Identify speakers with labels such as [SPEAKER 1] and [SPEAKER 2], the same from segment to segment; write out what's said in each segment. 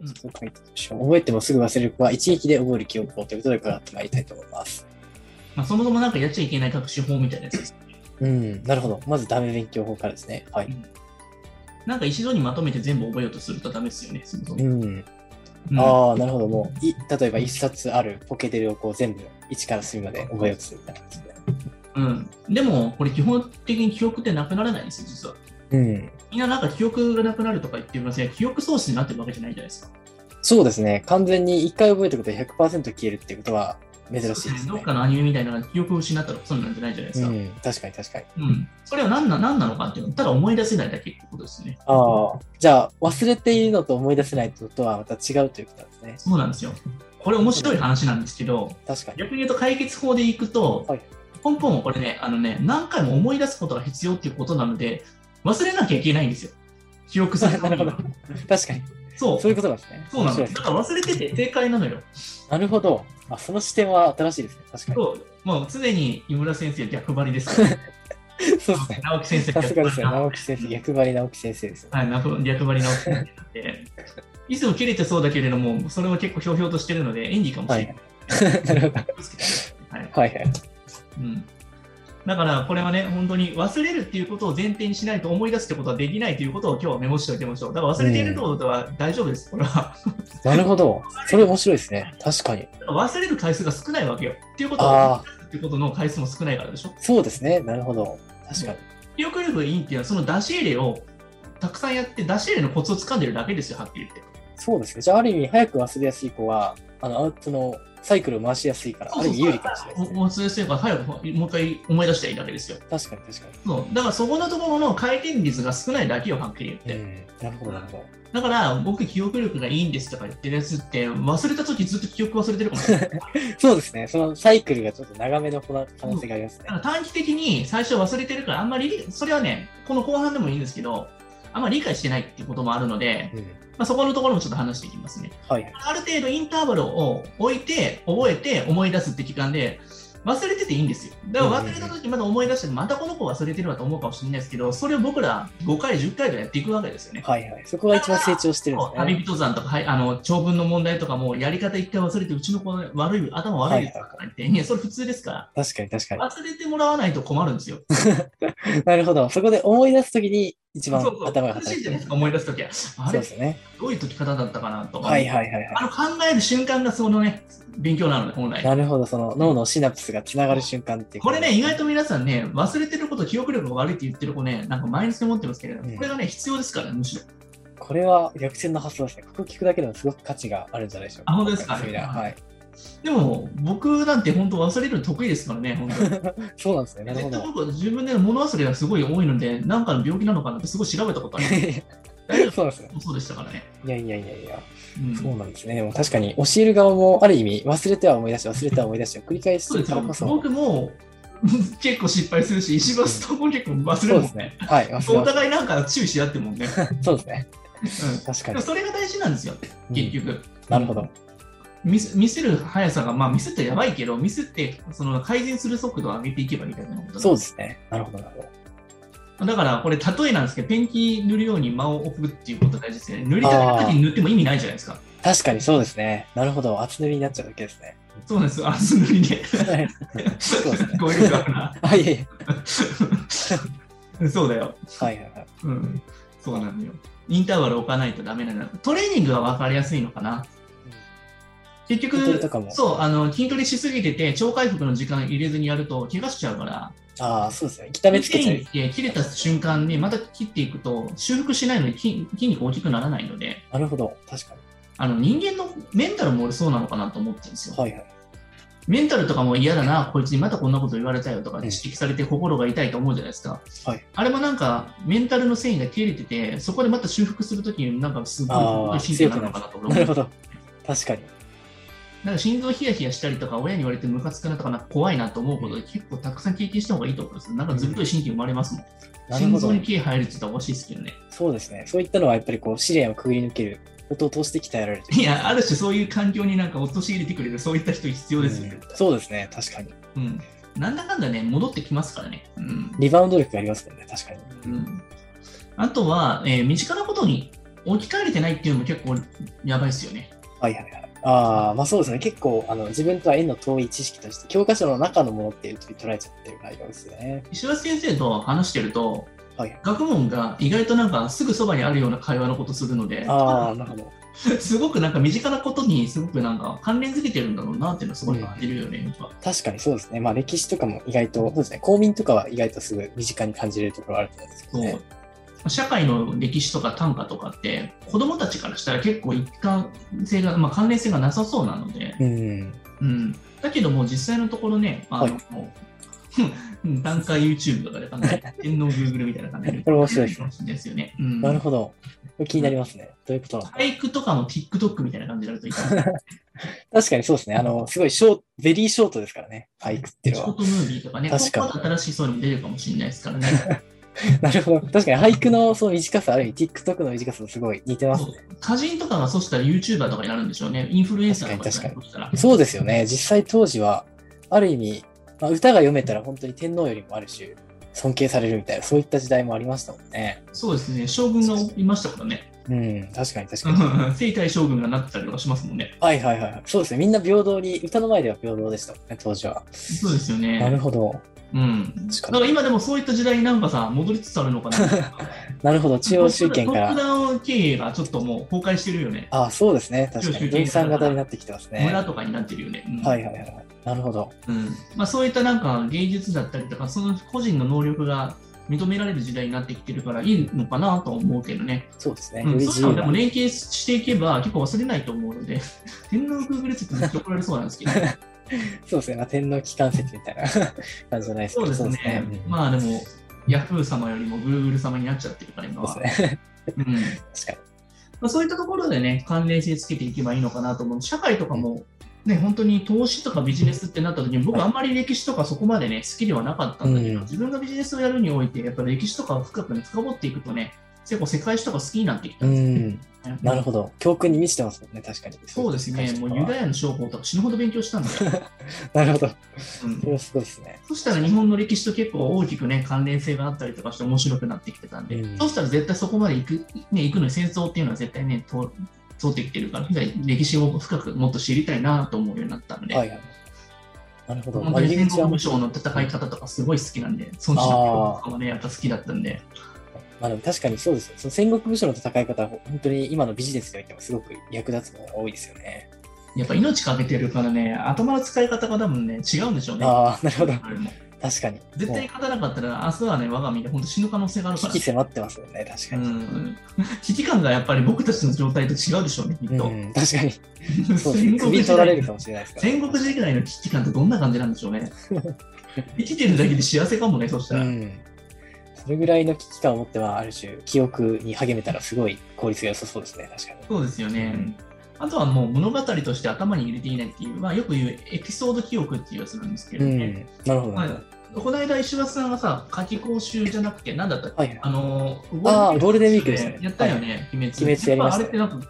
[SPEAKER 1] うん覚えてもすぐ忘れる子は一撃で覚える記憶法ということで伺ってまいりたいと思います。
[SPEAKER 2] まあ、そもそもなんかやっちゃいけない隠し法みたいなやつです。
[SPEAKER 1] うん、なるほど。まずダメ勉強法からですね。はい。
[SPEAKER 2] なんか一度にまとめて全部覚えようとするとダメですよね、そもそも。
[SPEAKER 1] うん。
[SPEAKER 2] うん
[SPEAKER 1] ああ、なるほど。もう、い例えば一冊あるポケデルをこう全部一から隅まで覚えようとするみたいな感じで。
[SPEAKER 2] うん、でも、これ基本的に記憶ってなくならないんですよ、実は。
[SPEAKER 1] うん。
[SPEAKER 2] みんななんか記憶がなくなるとか言ってますが、記憶喪失になってるわけじゃないじゃないですか。
[SPEAKER 1] そうですね。完全に一回覚えたことが100%消えるっていうことは珍しいです
[SPEAKER 2] どっ
[SPEAKER 1] ね。
[SPEAKER 2] かのアニメみたいなのが記憶を失ったらそうなんじゃないじゃないで
[SPEAKER 1] う
[SPEAKER 2] すか。うん。
[SPEAKER 1] ん、確かに確かに。
[SPEAKER 2] それは何な何なのかっていうのただ思い出せないだけってことですね。
[SPEAKER 1] ああ、じゃあ忘れているのと思い出せないのとはまた違うということなんですね。
[SPEAKER 2] そうなんですよ。これ面白い話なんですけど、
[SPEAKER 1] 確かに。
[SPEAKER 2] 逆に言うと解決法でいくと、
[SPEAKER 1] はい
[SPEAKER 2] ポンポンはこれね、あのね、何回も思い出すことが必要っていうことなので、忘れなきゃいけないんですよ。記憶するためには
[SPEAKER 1] なるほ確かに。
[SPEAKER 2] そう。
[SPEAKER 1] そういうことなんですね。
[SPEAKER 2] そうなの。
[SPEAKER 1] 面白い
[SPEAKER 2] だ
[SPEAKER 1] ですね
[SPEAKER 2] から忘れてて正解なのよ。
[SPEAKER 1] なるほど。あ、その視点は新しいですね。確か
[SPEAKER 2] そう。もう常に井村先生逆張りですから。
[SPEAKER 1] に。そうですね。
[SPEAKER 2] 直木先生
[SPEAKER 1] さすが ですね。
[SPEAKER 2] は
[SPEAKER 1] 直木先生、役割直木先生ですね。
[SPEAKER 2] い、直逆張り直木先生なんで、いつも切れてそうだけれども、それは結構ひょうひょうとしてるので、演技かもしれない。
[SPEAKER 1] なるほど。
[SPEAKER 2] はい
[SPEAKER 1] はいはい。
[SPEAKER 2] うん、だから、これはね、本当に忘れるっていうことを前提にしないと思い出すってことはできないということを今日はメモしておきましょう。だから忘れているってことは大丈夫です。これは
[SPEAKER 1] なるほど。それ面白いですね。確かに。
[SPEAKER 2] 忘れる回数が少ないわけよ。っていうことは
[SPEAKER 1] ああ、
[SPEAKER 2] っていうことの回数も少ないからでしょ。
[SPEAKER 1] そうですね。なるほど。確かに。
[SPEAKER 2] 記憶力がいいっていうのは、その出し入れをたくさんやって、出し入れのコツを掴んでるだけですよ、はっきり言って。
[SPEAKER 1] そうですね。じゃあ、ある意味、早く忘れやすい子は、あの、アウトのサイクルを回しやすいから、ある意味有利かもしれないですね。
[SPEAKER 2] もう先生が早くもう一回思い出したらいいだけですよ。
[SPEAKER 1] 確かに確か
[SPEAKER 2] そうだからそこのところの回転率が少ないだけをはっきり
[SPEAKER 1] に。
[SPEAKER 2] 言
[SPEAKER 1] う
[SPEAKER 2] って。
[SPEAKER 1] ん。なるほど、なるほど。
[SPEAKER 2] だから僕記憶力がいいんですとか言ってるやつって忘れた時ずっと記憶忘れてるかもしれない。
[SPEAKER 1] そうですね。そのサイクルがちょっと長めの子な可能性がありますね
[SPEAKER 2] だ。から短期的に最初は忘れてるからあんまりそれはね、この後半でもいいんですけど、あんまり理解してないっていうこともあるので、
[SPEAKER 1] うん。
[SPEAKER 2] まあ、そこのところもちょっと話していきますね。
[SPEAKER 1] はい。
[SPEAKER 2] ある程度インターバルを置いて、覚えて、思い出すって期間で、忘れてていいんですよ。だから忘れた時まだ思い出して、またこの子忘れてるわと思うかもしれないですけど、それを僕ら5回、10回とやっていくわけですよね。
[SPEAKER 1] はいはい。そこが一番成長してるんですね。
[SPEAKER 2] 旅人山とか、はい、あの長文の問題とかもやり方一回忘れてうちの子の悪い頭悪いですとか言って、いやそれ普通ですか
[SPEAKER 1] 確かに確から
[SPEAKER 2] 忘れてもらわないと困るんですよ。
[SPEAKER 1] に。なるほど。そこで思い出すときに一番
[SPEAKER 2] そうそう
[SPEAKER 1] 頭が
[SPEAKER 2] 楽し
[SPEAKER 1] 働
[SPEAKER 2] い
[SPEAKER 1] い
[SPEAKER 2] じ
[SPEAKER 1] て
[SPEAKER 2] ゃない
[SPEAKER 1] る。
[SPEAKER 2] です
[SPEAKER 1] そ
[SPEAKER 2] か思い出すときはあ
[SPEAKER 1] う
[SPEAKER 2] れ
[SPEAKER 1] ですね。
[SPEAKER 2] どういう解き方だったかなとか、
[SPEAKER 1] はいはいはいは
[SPEAKER 2] あの考える瞬間がそのね勉強なので本来
[SPEAKER 1] い。なるほど。その脳のシナプスがつながる瞬間っていう
[SPEAKER 2] こ
[SPEAKER 1] と
[SPEAKER 2] れね、意外と皆さんね、忘れてること、記憶力が悪いって言ってる子ね、なんかマイナスで持ってますけれど
[SPEAKER 1] うん
[SPEAKER 2] も、これがね、必要ですから、むしろ。
[SPEAKER 1] これは逆転の発想ですね。ここ聞くだけでもすごく価値があるんじゃないでしょうか。
[SPEAKER 2] あ本当ですか
[SPEAKER 1] セミナーはい。
[SPEAKER 2] でも、僕なんて本当忘れるの得意ですからね、本当に。
[SPEAKER 1] そう なんですね。なるほ
[SPEAKER 2] 絶対
[SPEAKER 1] ど。
[SPEAKER 2] 僕は自分で物忘れがすごい多いので、なんかの病気なのかなってすごい調べた ことある。大丈
[SPEAKER 1] そうなんですね。
[SPEAKER 2] 夫そうでしたからね。
[SPEAKER 1] いやいやいやいや。
[SPEAKER 2] うん、
[SPEAKER 1] そうなんですね。でも確かに教える側もある意味忘れては思い出し、忘れては思い出しを繰り返し
[SPEAKER 2] そう
[SPEAKER 1] てるか
[SPEAKER 2] です
[SPEAKER 1] ら
[SPEAKER 2] よ
[SPEAKER 1] こ。そ。
[SPEAKER 2] 僕も 結構失敗するし、石橋とも結構忘れ
[SPEAKER 1] そう
[SPEAKER 2] るも
[SPEAKER 1] で
[SPEAKER 2] ん
[SPEAKER 1] す
[SPEAKER 2] ね
[SPEAKER 1] ね。。はい。忘れ
[SPEAKER 2] お
[SPEAKER 1] ます
[SPEAKER 2] 互いなんか注意し合ってもん ね。
[SPEAKER 1] そうですね。
[SPEAKER 2] うん
[SPEAKER 1] 確か
[SPEAKER 2] でも
[SPEAKER 1] に。
[SPEAKER 2] それが大事なんですよ、結
[SPEAKER 1] うん
[SPEAKER 2] 局。
[SPEAKER 1] なるほど。
[SPEAKER 2] ミスミスる速さが、まあ、ミスってやばいけど、ミスってその改善する速度を上げていけばいいみたいなこと
[SPEAKER 1] そうですね。なるほど、なるほど。
[SPEAKER 2] だから、これ、例えなんですけど、ペンキ塗るように間を置くっていうことが大事ですよね。塗りたくない時に塗っても意味ないじゃないですか。
[SPEAKER 1] 確かにそうですね。なるほど。厚塗りになっちゃうだけですね。
[SPEAKER 2] そうなんですよ、厚塗りで。
[SPEAKER 1] はいそうですね
[SPEAKER 2] 語彙力 あるな。
[SPEAKER 1] あ、いえい
[SPEAKER 2] そうだよ。
[SPEAKER 1] え。はいはいはい。
[SPEAKER 2] うん。そうなのよ。インターバル置かないとダメなの。トレーニングは分かりやすいのかな。結
[SPEAKER 1] 筋トレとか
[SPEAKER 2] 局、
[SPEAKER 1] も
[SPEAKER 2] そう、あの、筋トレしすぎてて、超回復の時間入れずにやると、怪我しちゃうから、
[SPEAKER 1] ああ、そうですね。痛めつけちゃう。
[SPEAKER 2] て切れた瞬間にまた切っていくと修復しないので筋筋肉大きくならないので
[SPEAKER 1] なるほど。確か
[SPEAKER 2] あの人間のメンタルも俺そうなのかなと思ってるんですよ、
[SPEAKER 1] に。はいはい。
[SPEAKER 2] メンタルとかも嫌だなこいつにまたこんなこと言われたよとか指摘されて心が痛いと思うじゃないですか、
[SPEAKER 1] はい
[SPEAKER 2] あれもなんかメンタルの繊維が切れててそこでまた修復するときになんかすごい
[SPEAKER 1] あー
[SPEAKER 2] こう神経なのかなと俺思
[SPEAKER 1] なる
[SPEAKER 2] う
[SPEAKER 1] ほど。確かに。
[SPEAKER 2] なんか心臓ヒヤヒヤしたりとか親に言われてムカつくなとかなんか怖いなと思うことで結構たくさん経験した方がいいと思うんですよなんかずっとい神経生まれますもん、
[SPEAKER 1] なる
[SPEAKER 2] 心
[SPEAKER 1] ほ
[SPEAKER 2] 臓
[SPEAKER 1] ど
[SPEAKER 2] に。毛入るって言ったらおかしいですけどね
[SPEAKER 1] そうですね。そういったのはやっぱりこう、試練をくぐり抜けることを通して鍛えられてる。
[SPEAKER 2] いや、ある種そういう環境になんか陥れてくれる、そういった人必要ですよね。
[SPEAKER 1] うんそうですね。確かに。
[SPEAKER 2] うん。なんだかんだね、戻ってきますからね。うん。
[SPEAKER 1] リバウンド力がありますもんね。確か
[SPEAKER 2] う
[SPEAKER 1] に。
[SPEAKER 2] ん、あとは、えー身近なことに置き換えれてないっていうのも結構やばいですよね。
[SPEAKER 1] はいはいはい。ああ、まあそうですね。結構、あの、自分とは縁の遠い知識として、教科書の中のものっていうと捉えちゃってる内容ですね。
[SPEAKER 2] 石橋先生と話してると、
[SPEAKER 1] はい。
[SPEAKER 2] 学問が意外となんかすぐそばにあるような会話のことするので、
[SPEAKER 1] ああ、なるほど。
[SPEAKER 2] すごくなんか身近なことにすごくなんか関連づけてるんだろうなっていうのはすごい感じるよね、僕は
[SPEAKER 1] 確かにそうですね。まあ歴史とかも意外と、そうですね。公民とかは意外とすぐ身近に感じれるところあると思うんですけどね。
[SPEAKER 2] そう社会の歴史とか短歌とかって子供たちからしたら結構一貫性が、まあ、関連性がなさそうなので、
[SPEAKER 1] うん。
[SPEAKER 2] うん、だけども実際のところねあの、
[SPEAKER 1] はい
[SPEAKER 2] もううん 段階 YouTube とかで考えた天皇 Google みたいな感じで
[SPEAKER 1] これ面白いですね
[SPEAKER 2] かもしれないですよね。うん
[SPEAKER 1] なるほど。これ気になりますね。どういうことなの
[SPEAKER 2] 俳句とかも TikTok みたいな感じになるといいかな。
[SPEAKER 1] 確かにそうですね。あの、すごいショート、ベリーショートですからね。俳句っていう
[SPEAKER 2] シ
[SPEAKER 1] の
[SPEAKER 2] ョ
[SPEAKER 1] は
[SPEAKER 2] ー。トムービーとかね、
[SPEAKER 1] 確かに
[SPEAKER 2] 今後新しいそういうのも出るかもしれないですからね。
[SPEAKER 1] なるほど。確かに俳句のその短さ、ある意味 TikTok の短さとすごい似てますね。
[SPEAKER 2] 歌人とかがそうしたら YouTuber とかになるんでしょうね。インフルエンサーとかになるとしたら。
[SPEAKER 1] そうですよね。実際当時は、ある意味、まあ、歌が読めたら本当に天皇よりもある種、尊敬されるみたいな、そういった時代もありましたもんね。
[SPEAKER 2] そうですね、将軍がいましたからね。
[SPEAKER 1] うん、確かに確かに。
[SPEAKER 2] 生体将軍がなってたりとかしますもんね。
[SPEAKER 1] はいはいはい。そうですね。みんな平等に、歌の前では平等でしたもんね、当時は。
[SPEAKER 2] そうですよ
[SPEAKER 1] なる
[SPEAKER 2] ね。
[SPEAKER 1] ほど。
[SPEAKER 2] うん。
[SPEAKER 1] 確かに
[SPEAKER 2] だから今でもそういった時代になんかさ、戻りつつあるのかな。
[SPEAKER 1] なるほど。中央集権か
[SPEAKER 2] トップ
[SPEAKER 1] ら。
[SPEAKER 2] ダウン経営がちょっともう崩壊してるよね。
[SPEAKER 1] ああ、そうですね。確かに。分散型になってきてますね。
[SPEAKER 2] 村とかになってるよね。うん
[SPEAKER 1] はいはいはい。なるほど。
[SPEAKER 2] うんまあ、そういったなんか芸術だったりとか、その個人の能力が認められる時代になってきてるからいいのかなと思うけどね。
[SPEAKER 1] そうですね。
[SPEAKER 2] う
[SPEAKER 1] よ
[SPEAKER 2] ん、
[SPEAKER 1] り
[SPEAKER 2] そう
[SPEAKER 1] 自
[SPEAKER 2] いう
[SPEAKER 1] 由
[SPEAKER 2] のをで
[SPEAKER 1] な
[SPEAKER 2] も。連携していけば結構忘れないと思うので、天皇グーグル説めっちゃ怒られそうなんです けど、
[SPEAKER 1] そうですね。まあ、天皇機関説みたいな 感じじゃないですけ
[SPEAKER 2] そ
[SPEAKER 1] ど。
[SPEAKER 2] うですね。
[SPEAKER 1] うん
[SPEAKER 2] まあでも、ヤフー様よりもグーグル様になっちゃってるから今は。
[SPEAKER 1] そうですね。
[SPEAKER 2] うん
[SPEAKER 1] 確かに。
[SPEAKER 2] まあ、そういったところでね、関連性つけていけばいいのかなと思う。社会とかも、ね、本当に投資とかビジネスってなった時に、僕
[SPEAKER 1] はい
[SPEAKER 2] あんまり歴史とかそこまでね、好きではなかったんだけど、
[SPEAKER 1] うん
[SPEAKER 2] 自分がビジネスをやるにおいて、やっぱり歴史とかを深くね、深掘っていくとね、結構世界史とか好きになってきた
[SPEAKER 1] うん
[SPEAKER 2] ですよ
[SPEAKER 1] ん。
[SPEAKER 2] ね。
[SPEAKER 1] なるほど。教訓に満ちてますもんね、確かに。
[SPEAKER 2] そうですね、もうユダヤの商法とか死ぬほど勉強したんだ よ。
[SPEAKER 1] なるほど。
[SPEAKER 2] うん
[SPEAKER 1] それはすごいですね。
[SPEAKER 2] そしたら日本の歴史と結構大きくね、関連性があったりとかして面白くなってきてたんで、
[SPEAKER 1] うん
[SPEAKER 2] そうしたら絶対そこまで行く,、ね、行くのに戦争っていうのは絶対ね、と通ってきてるから、歴史を深くもっと知りたいなと思うようになったんで、
[SPEAKER 1] はいはい。なるほど。
[SPEAKER 2] 本
[SPEAKER 1] ま
[SPEAKER 2] 当
[SPEAKER 1] あ、
[SPEAKER 2] に
[SPEAKER 1] 入り口は
[SPEAKER 2] 戦国
[SPEAKER 1] も
[SPEAKER 2] 武
[SPEAKER 1] ちろん
[SPEAKER 2] 将の戦い方とかすごい好きなんで、孫子の教とかもね、やっぱ好きだったんで、
[SPEAKER 1] まあでも確かにそうですよ。その戦国武将の戦い方は本当に今のビジネスにおいてもすごく役立つものが多いですよね。
[SPEAKER 2] やっぱ命かけてるからね、頭の使い方が多分ね、違うんでしょうね。
[SPEAKER 1] ああ、なるほど。
[SPEAKER 2] あれも
[SPEAKER 1] 確かに。
[SPEAKER 2] 絶対
[SPEAKER 1] も
[SPEAKER 2] 勝たなかったら、明日はね、我が身で本当死ぬ可能性があ
[SPEAKER 1] う
[SPEAKER 2] るか
[SPEAKER 1] 危機。
[SPEAKER 2] ら
[SPEAKER 1] 迫ってますよね、確か
[SPEAKER 2] う
[SPEAKER 1] に。
[SPEAKER 2] ん、 危機感がやっぱり僕たちの状態と違うでしょうね、きっ
[SPEAKER 1] う
[SPEAKER 2] と。
[SPEAKER 1] ん、確 かに。そうですね。首
[SPEAKER 2] 戦国時
[SPEAKER 1] 取られ
[SPEAKER 2] 代
[SPEAKER 1] るかもしれないですから。
[SPEAKER 2] 戦国時代の危機感ってどんな感じなんでしょ うね。生きてるだけで幸せかもね、そしたら。
[SPEAKER 1] うん。それぐらいの危機感を持っては、ある種、記憶に励めたらすごい効率が良さそうですね、確かに。
[SPEAKER 2] そうですよね。あとはもう物語として頭に入れていないっていう、まあ、よく言うエピソード記憶っていうやつなんですけ
[SPEAKER 1] う
[SPEAKER 2] ど
[SPEAKER 1] ん
[SPEAKER 2] ね。。
[SPEAKER 1] なるほど。
[SPEAKER 2] ま
[SPEAKER 1] な
[SPEAKER 2] あ
[SPEAKER 1] るほど
[SPEAKER 2] この間、石橋さんがさ、夏季講習じゃなくて、なんだったっけ
[SPEAKER 1] はいはい。
[SPEAKER 2] あのー
[SPEAKER 1] ああ、ゴールデンウィークですね。
[SPEAKER 2] やったよ
[SPEAKER 1] はい
[SPEAKER 2] ね、鬼滅。
[SPEAKER 1] 鬼滅やりました
[SPEAKER 2] っぱあれってなんか、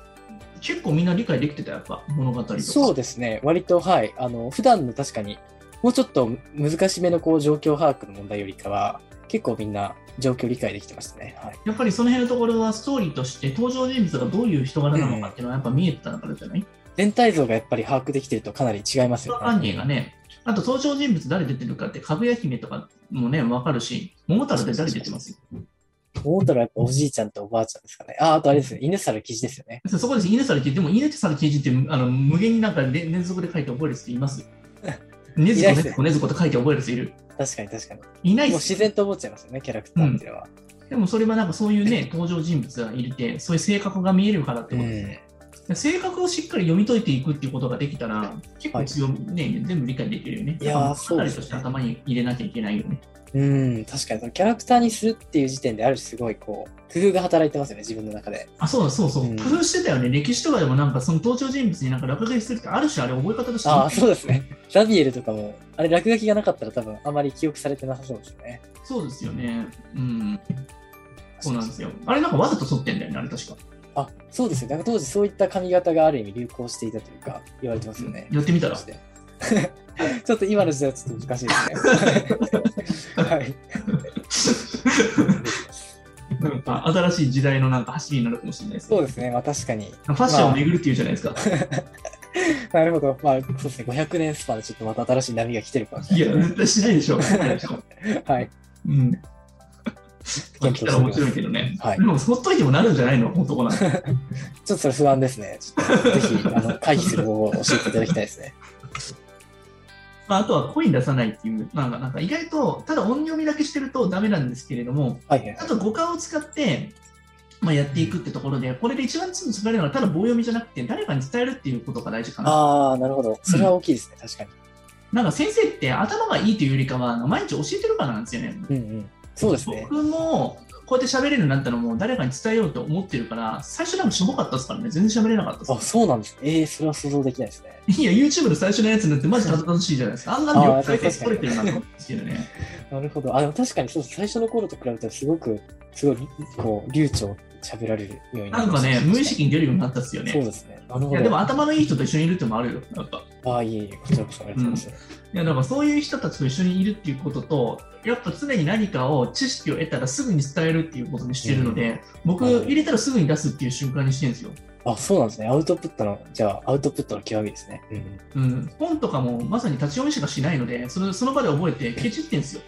[SPEAKER 2] 結構みんな理解できてた、やっぱ物語とか。
[SPEAKER 1] そうですね、割と、はい、あの普段の確かに、もうちょっと難しめのこう状況把握の問題よりかは、結構みんな状況理解できてましたね。はい、
[SPEAKER 2] やっぱりその辺のところはストーリーとして登場人物がどういう人柄なのかっていうのはやっぱ見えてたからじゃない
[SPEAKER 1] 全体像がやっぱり把握できてるとかなり違いますよ
[SPEAKER 2] 犯
[SPEAKER 1] ね。
[SPEAKER 2] 人がね、あと登場人物誰出てるかって、かぐや姫とかもね、わかるし、桃太郎って誰出てます
[SPEAKER 1] 思ったらやっぱおじいちゃんとおばあちゃんですかね。ああ、あとあれですね、犬猿記事ですよね。
[SPEAKER 2] そうそこです、犬猿刑事、でも犬猿刑事ってあの無限になんかれ連続で書いて覚える人いますねず
[SPEAKER 1] いな
[SPEAKER 2] こ
[SPEAKER 1] いっ
[SPEAKER 2] ね
[SPEAKER 1] すね
[SPEAKER 2] ずこねずこって書いて覚える人いる
[SPEAKER 1] 確かに確かに。
[SPEAKER 2] いない
[SPEAKER 1] もう
[SPEAKER 2] っ
[SPEAKER 1] 自
[SPEAKER 2] す
[SPEAKER 1] 然と思っちゃいますよね、キャラクターっていうのは。
[SPEAKER 2] でもそれはなんかそういうね、登場人物がいて、そういう性格が見えるからって
[SPEAKER 1] う
[SPEAKER 2] ことです
[SPEAKER 1] ん、
[SPEAKER 2] 性格をしっかり読み解いていくっていうことができたら、結構強み、ね、全部理解できるよね。
[SPEAKER 1] いやー
[SPEAKER 2] だから
[SPEAKER 1] そうですね
[SPEAKER 2] 物語として頭に入れなきゃいけないよね。
[SPEAKER 1] うん、確かにそのキャラクターにするっていう時点である種すごいこう工夫が働いてますよね自分の中で
[SPEAKER 2] あ、そうだ、そうそう。
[SPEAKER 1] うん
[SPEAKER 2] 工夫してたよね。歴史とかでもなんかその登場人物になんか落書きするって、ある種あれ覚え方として
[SPEAKER 1] ああそうです ねラビエルとかもあれ落書きがなかったら多分あまり記憶されてなさそうですね
[SPEAKER 2] そうですよね。うん。そうなんですよ。あれなんかわざと撮ってんだよね、あれ確か。
[SPEAKER 1] あそうですよ。なんか当時そういった髪型がある意味流行していたというか、言われてますよね。
[SPEAKER 2] やってみたら
[SPEAKER 1] そ。して。 ちょっと今の時代はちょ っと難しいですね。はい。
[SPEAKER 2] なんか新しい時代のなんか走りになるかもしれないです
[SPEAKER 1] そうですね、まあ確かに。
[SPEAKER 2] ファッションを巡るっていうじゃないですか。
[SPEAKER 1] なるほど。まあそうですね、500年スパンでちょっとまた新しい波が来てるかもし
[SPEAKER 2] い
[SPEAKER 1] れ
[SPEAKER 2] や、
[SPEAKER 1] ないです
[SPEAKER 2] 絶対しないでしょ。しないでしょ
[SPEAKER 1] ね。 はい。
[SPEAKER 2] うん。まあ来たら面白いけどね。
[SPEAKER 1] はい
[SPEAKER 2] で。も、ほっといてもなるんじゃないの男な んて。
[SPEAKER 1] ちょっとそれ不安ですね。ちょっとぜひ、あの、回避する方法を教えていただきたいですね。
[SPEAKER 2] まあ、あとは声に出さないっていう、なんか、なんか意外と、ただ音読みだけしてるとダメなんですけれども、
[SPEAKER 1] はいはい
[SPEAKER 2] あと五感を使って、まあ、やっていくってところで、これで一番つぶれるのは、ただ棒読みじゃなくて、誰かに伝えるっていうことが大事かな。
[SPEAKER 1] ああ、なるほど。それは大きいですね、確か
[SPEAKER 2] なんか先生って頭がいいというよりかは、毎日教えてるからなんですよね。
[SPEAKER 1] に。うんうん。そうですね。
[SPEAKER 2] 僕も、こうやって喋れるようになったのも、誰かに伝えようと思ってるから、最初多分しょぼかったですからね、全然喋れなかったです
[SPEAKER 1] あ、。そうなんですね。ええそれは想像できないですね。
[SPEAKER 2] いや、YouTube の最初のやつなんてマジ恥ずかしいじゃないですか。あんなのよく再生取れてるなと思うんです けどね。
[SPEAKER 1] なるほど。あ、でも確かにそうです。最初の頃と比べたらすごく、すごい、こう、流暢に喋られるようにな
[SPEAKER 2] な
[SPEAKER 1] り
[SPEAKER 2] ん
[SPEAKER 1] ま
[SPEAKER 2] か
[SPEAKER 1] した
[SPEAKER 2] ね、無意識に出るようになったっすよ
[SPEAKER 1] そう
[SPEAKER 2] ね。
[SPEAKER 1] ですね。なる
[SPEAKER 2] い
[SPEAKER 1] ほ
[SPEAKER 2] や、で
[SPEAKER 1] ど。
[SPEAKER 2] も
[SPEAKER 1] あ
[SPEAKER 2] 頭のいい人と一緒にいるってのもあるよ。なんか。
[SPEAKER 1] あー、いえいえ、こちらこそありがとうございます。
[SPEAKER 2] いや、だからそういう人たちと一緒にいるっていうことと、やっぱ常に何かを知識を得たらすぐに伝えるっていうことにしてるので、僕、
[SPEAKER 1] はい
[SPEAKER 2] 入れたらすぐに出すっていう瞬間にしてるんですよ。
[SPEAKER 1] あ、そうなんですね。アウトプットの、じゃあ、アウトプットの極みですね。うんうん。
[SPEAKER 2] うん、本とかもまさに立ち読みしかしないので、そのその場で覚えてケチってんですよ。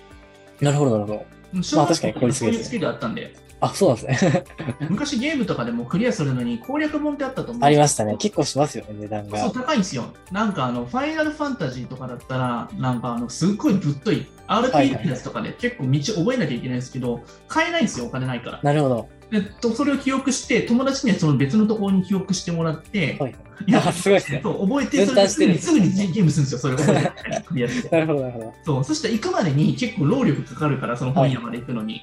[SPEAKER 1] なるほど、なるほど。
[SPEAKER 2] うん
[SPEAKER 1] まあ確かに
[SPEAKER 2] 小学校
[SPEAKER 1] 効率的
[SPEAKER 2] そ
[SPEAKER 1] ですね
[SPEAKER 2] ういうスキルあったんで、
[SPEAKER 1] あ、そうなん ですね。
[SPEAKER 2] 昔ゲームとかでもクリアするのに攻略本ってあったと思うんですよ
[SPEAKER 1] ありましたね。結構しますよね、値段
[SPEAKER 2] そう
[SPEAKER 1] が。
[SPEAKER 2] 高いんですよ。なんかあの、ファイナルファンタジーとかだったら、なんかあの、すっごいぶっとい、
[SPEAKER 1] はいは
[SPEAKER 2] RPG
[SPEAKER 1] い
[SPEAKER 2] のやつとかで結構道覚えなきゃいけないんですけど、買えないんですよ、お金ないから。
[SPEAKER 1] なるほど。
[SPEAKER 2] で、とそれを記憶して、友達にはその別のところに記憶してもらって、
[SPEAKER 1] はい
[SPEAKER 2] いや
[SPEAKER 1] あ、すごいですね。
[SPEAKER 2] そう覚えて、そ
[SPEAKER 1] 分
[SPEAKER 2] れで
[SPEAKER 1] 担
[SPEAKER 2] す
[SPEAKER 1] して
[SPEAKER 2] ぐ
[SPEAKER 1] る
[SPEAKER 2] にすぐにゲームするんですよ、それを覚えてクリ アして。
[SPEAKER 1] なるほど、なるほど。
[SPEAKER 2] そう、そしたら行くまでに結構労力かかるから、その本屋まで行くのに。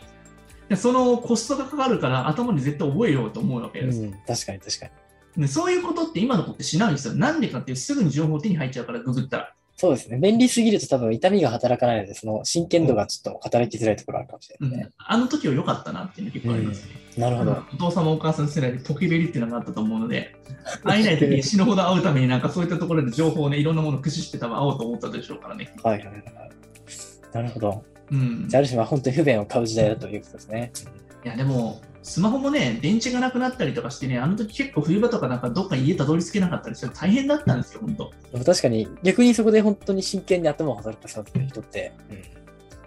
[SPEAKER 2] でそのコストがかかるから頭に絶対覚えようと思うわけ
[SPEAKER 1] う
[SPEAKER 2] です、
[SPEAKER 1] ん、確かに確かに。
[SPEAKER 2] でそういうことって今の子ってしないんですよ。なんでかっていうすぐに情報手に入っちゃうから、ググったら。
[SPEAKER 1] そうですね。便利すぎると多分痛みが働かないので、その真剣度がちょっと働きづらいところあるかもしれ
[SPEAKER 2] う
[SPEAKER 1] ないです
[SPEAKER 2] ん
[SPEAKER 1] ね。
[SPEAKER 2] あの時は良かったなっていうの結構ありますね。
[SPEAKER 1] なるほど。
[SPEAKER 2] お父様お母さん世代でポケベリっていうのがあったと思うので、会えない 時に死ぬほど会うためになんかそういったところで情報をね、いろんなものを駆使して多分会おうと思ったでしょうからね。
[SPEAKER 1] はいはいはい。なるほど。
[SPEAKER 2] うん。
[SPEAKER 1] じゃあ、ある種は本当に不便を買う時代だということですね。
[SPEAKER 2] いやでも、スマホもね、電池がなくなったりとかしてね、あの時結構冬場とかなんかどっか家たどり着けなかったりして大変だったんですよ、本当。
[SPEAKER 1] でも確かに、逆にそこで本当に真剣に頭を働かせてる人って、うん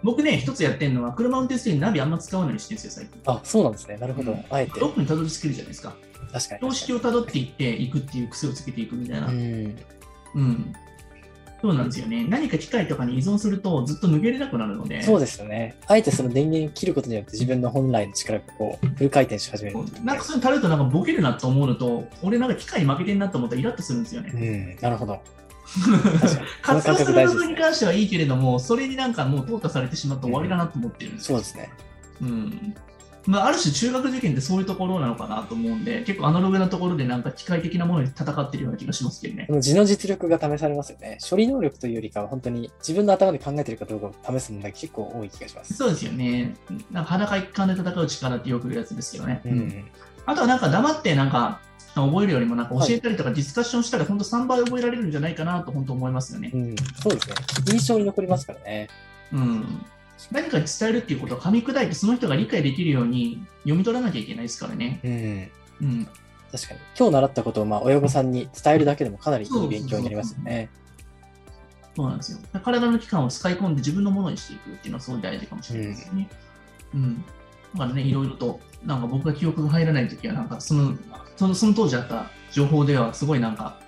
[SPEAKER 2] 僕ね、一つやってるのは車運転するにナビあんま使わないようにしてるんですよ、最近。
[SPEAKER 1] あ、そうなんですね。なるほど
[SPEAKER 2] うん。
[SPEAKER 1] あえて。
[SPEAKER 2] ど
[SPEAKER 1] 確
[SPEAKER 2] こにたどり着けるじゃないですか。
[SPEAKER 1] かに
[SPEAKER 2] 標。識をたどっていっていくっていう癖をつけていくみたいな。
[SPEAKER 1] うん。
[SPEAKER 2] うん。そうなんですよね。何か機械とかに依存するとずっと抜けれなくなるので、
[SPEAKER 1] そうですよね。あえてその電源切ることによって自分の本来の力がこう、フル回転し始める。
[SPEAKER 2] なんかそれにたるとなんかボケるなと思うのと、俺なんか機械に負けてんなと思ったらイラッとするんですよ
[SPEAKER 1] う
[SPEAKER 2] ね。
[SPEAKER 1] ん。なる ほど。この感覚大事です
[SPEAKER 2] 活用する部分に
[SPEAKER 1] ね。
[SPEAKER 2] 関してはいいけれども、それになんかもう淘汰されてしまって終わりだなと思ってるんです
[SPEAKER 1] そう
[SPEAKER 2] よ。
[SPEAKER 1] ですね。
[SPEAKER 2] うんまあ、ある種中学受験ってそういうところなのかなと思うんで、結構アナログなところでなんか機械的なものに戦ってるような気がしますけどね
[SPEAKER 1] で。も自の実力が試されますよね。処理能力というよりかは、本当に自分の頭で考えてるかどうかを試す問題が結構多い気がします。
[SPEAKER 2] そうですよね。なんか裸一貫で戦う力ってよく言うやつですよね。
[SPEAKER 1] うん。
[SPEAKER 2] あとはなんか黙ってなんか覚えるよりもなんか教えたりとかディスカッションしたら本当3倍覚えられるんじゃないかなと本当思いますよね
[SPEAKER 1] う。ん。そうですね。印象に残りますからね。
[SPEAKER 2] うん。何かに伝えるっていうことを噛み砕いてその人が理解できるように読み取らなきゃいけないですからね。
[SPEAKER 1] うん。
[SPEAKER 2] うん。
[SPEAKER 1] 確かに。今日習ったことを、まあ、親御さんに伝えるだけでもかなりいい勉強になりますよね。
[SPEAKER 2] そうなんですよ。体の器官を使い込んで自分のものにしていくっていうのはすごい大事かもしれないですよね。うん。だからね、いろいろと、なんか僕が記憶が入らないときは、なんかその、そのその当時あった情報では、すごいなんか、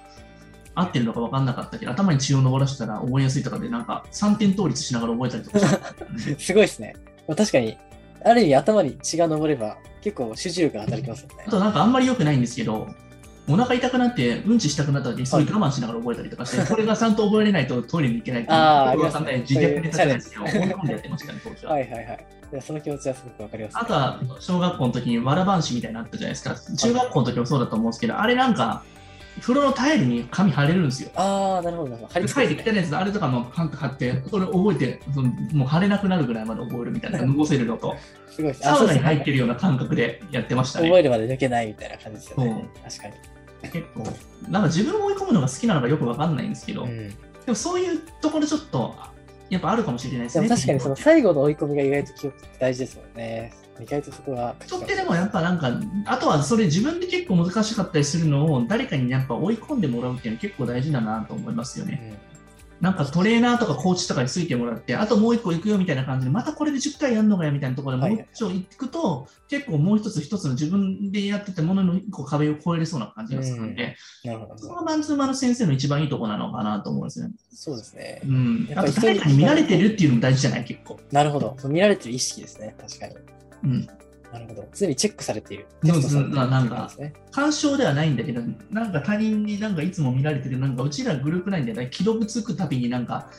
[SPEAKER 2] 合ってるのか分かんなかったけど、頭に血を上らせたら覚えやすいとかで、なんか3点倒立しながら覚えたりとかして、
[SPEAKER 1] すごいですね。まあ、確かに、ある意味頭に血が上れば、結構集中力が働きますよね
[SPEAKER 2] あ。となんかあんまり良くないんですけど、お腹痛くなって、うんちしたくなった時すごい我慢しながら覚えたりとかし て、これがちゃんと覚えれないとトイレに行けないっていう、
[SPEAKER 1] あー
[SPEAKER 2] よくわかんない自虐ネタじゃないですけど、
[SPEAKER 1] あ
[SPEAKER 2] 追
[SPEAKER 1] り
[SPEAKER 2] い
[SPEAKER 1] ますね
[SPEAKER 2] 込んでやってましたね、当時は。
[SPEAKER 1] はいはいはい。いやその気持ちはすごくわかります、
[SPEAKER 2] あとは小学校の時にわらばんしみたいなのあったじゃないですか。中学校の時もそうだと思うんですけど、あれなんか、風呂のタイルに紙貼れるんですよ。
[SPEAKER 1] ああ、なるほどなるほど。貼り
[SPEAKER 2] 書
[SPEAKER 1] 付
[SPEAKER 2] い
[SPEAKER 1] け
[SPEAKER 2] て
[SPEAKER 1] です
[SPEAKER 2] きたやつ、あれとかもパンと貼って、それ覚えて、そのもう貼れなくなるぐらいまで覚えるみたいな、のぼせるのと、
[SPEAKER 1] ねすごいですね。あ
[SPEAKER 2] サ
[SPEAKER 1] そ
[SPEAKER 2] ウ
[SPEAKER 1] うです
[SPEAKER 2] ナに
[SPEAKER 1] ね
[SPEAKER 2] 入ってるような感覚でやってました
[SPEAKER 1] 覚
[SPEAKER 2] ね。
[SPEAKER 1] えるまで抜けないみたいな感じですよね。確かに。
[SPEAKER 2] 結構、なんか自分を追い込むのが好きなのかよくわかんないんですけど、
[SPEAKER 1] う
[SPEAKER 2] で
[SPEAKER 1] ん
[SPEAKER 2] もそういうところちょっと、やっぱあるかもしれないです
[SPEAKER 1] でも
[SPEAKER 2] ね。
[SPEAKER 1] 確かにその最後の追い込みが意外と記憶って大事ですもんね。意外とそこは
[SPEAKER 2] 人ってでもやっぱなんか、あとはそれ自分で結構難しかったりするのを誰かにやっぱ追い込んでもらうっていうのは結構大事だなと思いますよ
[SPEAKER 1] う
[SPEAKER 2] ね。
[SPEAKER 1] ん
[SPEAKER 2] なんかトレーナーとかコーチとかについてもらって、あともう一個行くよみたいな感じで、またこれで10回やるのかよみたいなところで
[SPEAKER 1] はい
[SPEAKER 2] もう一丁行くと、結構もう一つ一つの自分でやってたものの一個壁を越えれそうな感じがするんで、
[SPEAKER 1] なるほど
[SPEAKER 2] そ
[SPEAKER 1] ね。
[SPEAKER 2] のマンツーマンの先生の一番いいとこなのかなと思うんですよね。
[SPEAKER 1] そうですね
[SPEAKER 2] う。ん。
[SPEAKER 1] やっ
[SPEAKER 2] あ
[SPEAKER 1] ぱ
[SPEAKER 2] と
[SPEAKER 1] り
[SPEAKER 2] 誰かに見られてるっていうのも大事じゃない結構。
[SPEAKER 1] なるほど。その見られてる意識ですね。確かに。
[SPEAKER 2] うん。
[SPEAKER 1] なるほど。常にチェックされている。
[SPEAKER 2] そうそう
[SPEAKER 1] テストされている
[SPEAKER 2] ななんか
[SPEAKER 1] ってことですね。。
[SPEAKER 2] 干渉ではないんだけど、なんか他人になんかいつも見られてる、なんかうちらグループ内でね、既読つくたびになんか、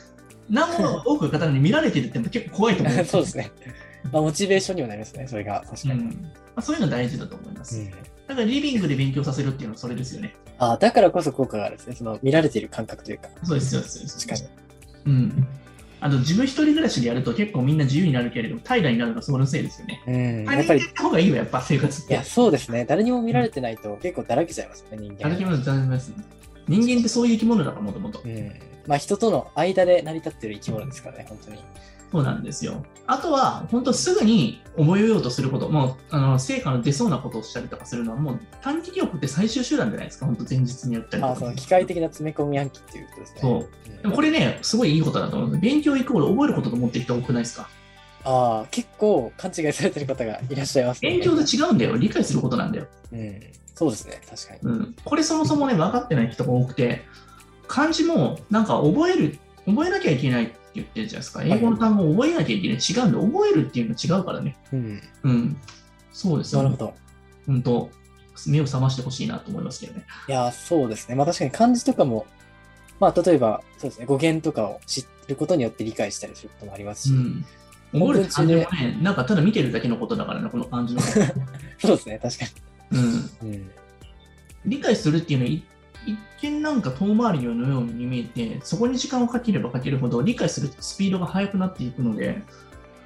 [SPEAKER 2] 何も多くの方に見られてるって結構怖いと思 う
[SPEAKER 1] そうですね。まあ、モチベーションにもなりますね。それが。確か
[SPEAKER 2] う
[SPEAKER 1] に。
[SPEAKER 2] んまあ、そういうの大事だと思います。
[SPEAKER 1] うん
[SPEAKER 2] だからリビングで勉強させるっていうのはそれですよね。
[SPEAKER 1] ああだからこそ効果があるんですね。その見られている感覚というか。
[SPEAKER 2] そうです、そうです。
[SPEAKER 1] 確かに。
[SPEAKER 2] うん。あと、自分一人暮らしでやると結構みんな自由になるけれど、平らになるのはそのせいですよね。
[SPEAKER 1] うん。
[SPEAKER 2] 他
[SPEAKER 1] やっ
[SPEAKER 2] 人
[SPEAKER 1] ぱ
[SPEAKER 2] で
[SPEAKER 1] り、
[SPEAKER 2] や
[SPEAKER 1] い
[SPEAKER 2] った方がいいよ、やっぱ生活って
[SPEAKER 1] や、。そうですね。誰にも見られてないと結構だらけちゃいますよね、人間。
[SPEAKER 2] 歩きます、歩きます。人間ってそういう生き物だから、もともと
[SPEAKER 1] う。ん。まあ、人との間で成り立ってる生き物ですからね、本当に。
[SPEAKER 2] そうなんですよ。あとは、本当すぐに思いようとすること、もう、あの、成果の出そうなことをしたりとかするのは、もう短期記憶って最終手段じゃないですか、本当前日にやったりと
[SPEAKER 1] ああ
[SPEAKER 2] か。
[SPEAKER 1] その機械的な詰め込み暗記っていうことですね。
[SPEAKER 2] そう
[SPEAKER 1] うん
[SPEAKER 2] でもこれね、すごいいいことだと思う。勉強イコール覚えることと思ってる人多くないですか
[SPEAKER 1] ああ、結構勘違いされてる方がいらっしゃいますね。
[SPEAKER 2] 勉強と違うんだよ。理解することなんだよ。
[SPEAKER 1] うん、そうですね、確かに。
[SPEAKER 2] うん、これそもそもね分かってない人が多くて漢字もなんか覚える覚えなきゃいけないって言ってるじゃないですか
[SPEAKER 1] い
[SPEAKER 2] 英語の単語を覚えなきゃいけない違うんで覚えるっていうのは違うからね
[SPEAKER 1] うん、
[SPEAKER 2] うんそうです
[SPEAKER 1] な
[SPEAKER 2] よ
[SPEAKER 1] るほど。
[SPEAKER 2] 本当目を覚ましてほしいなと思いますけどね
[SPEAKER 1] いやー、そうですね。まあ確かに漢字とかも、まあ例えば、そうですね、語源とかを知ることによって理解したりすることもあります
[SPEAKER 2] う
[SPEAKER 1] し、本
[SPEAKER 2] ん覚え
[SPEAKER 1] 文
[SPEAKER 2] る
[SPEAKER 1] 中
[SPEAKER 2] 漢字も
[SPEAKER 1] で、
[SPEAKER 2] ねなんかただ見てるだけのことだからねこの漢字の、
[SPEAKER 1] そうですね、確か
[SPEAKER 2] うん、
[SPEAKER 1] に。うん、
[SPEAKER 2] 理解するっていうのはい一見なんか遠回りのように見えてそこに時間をかければかけるほど理解するスピードが速くなっていくので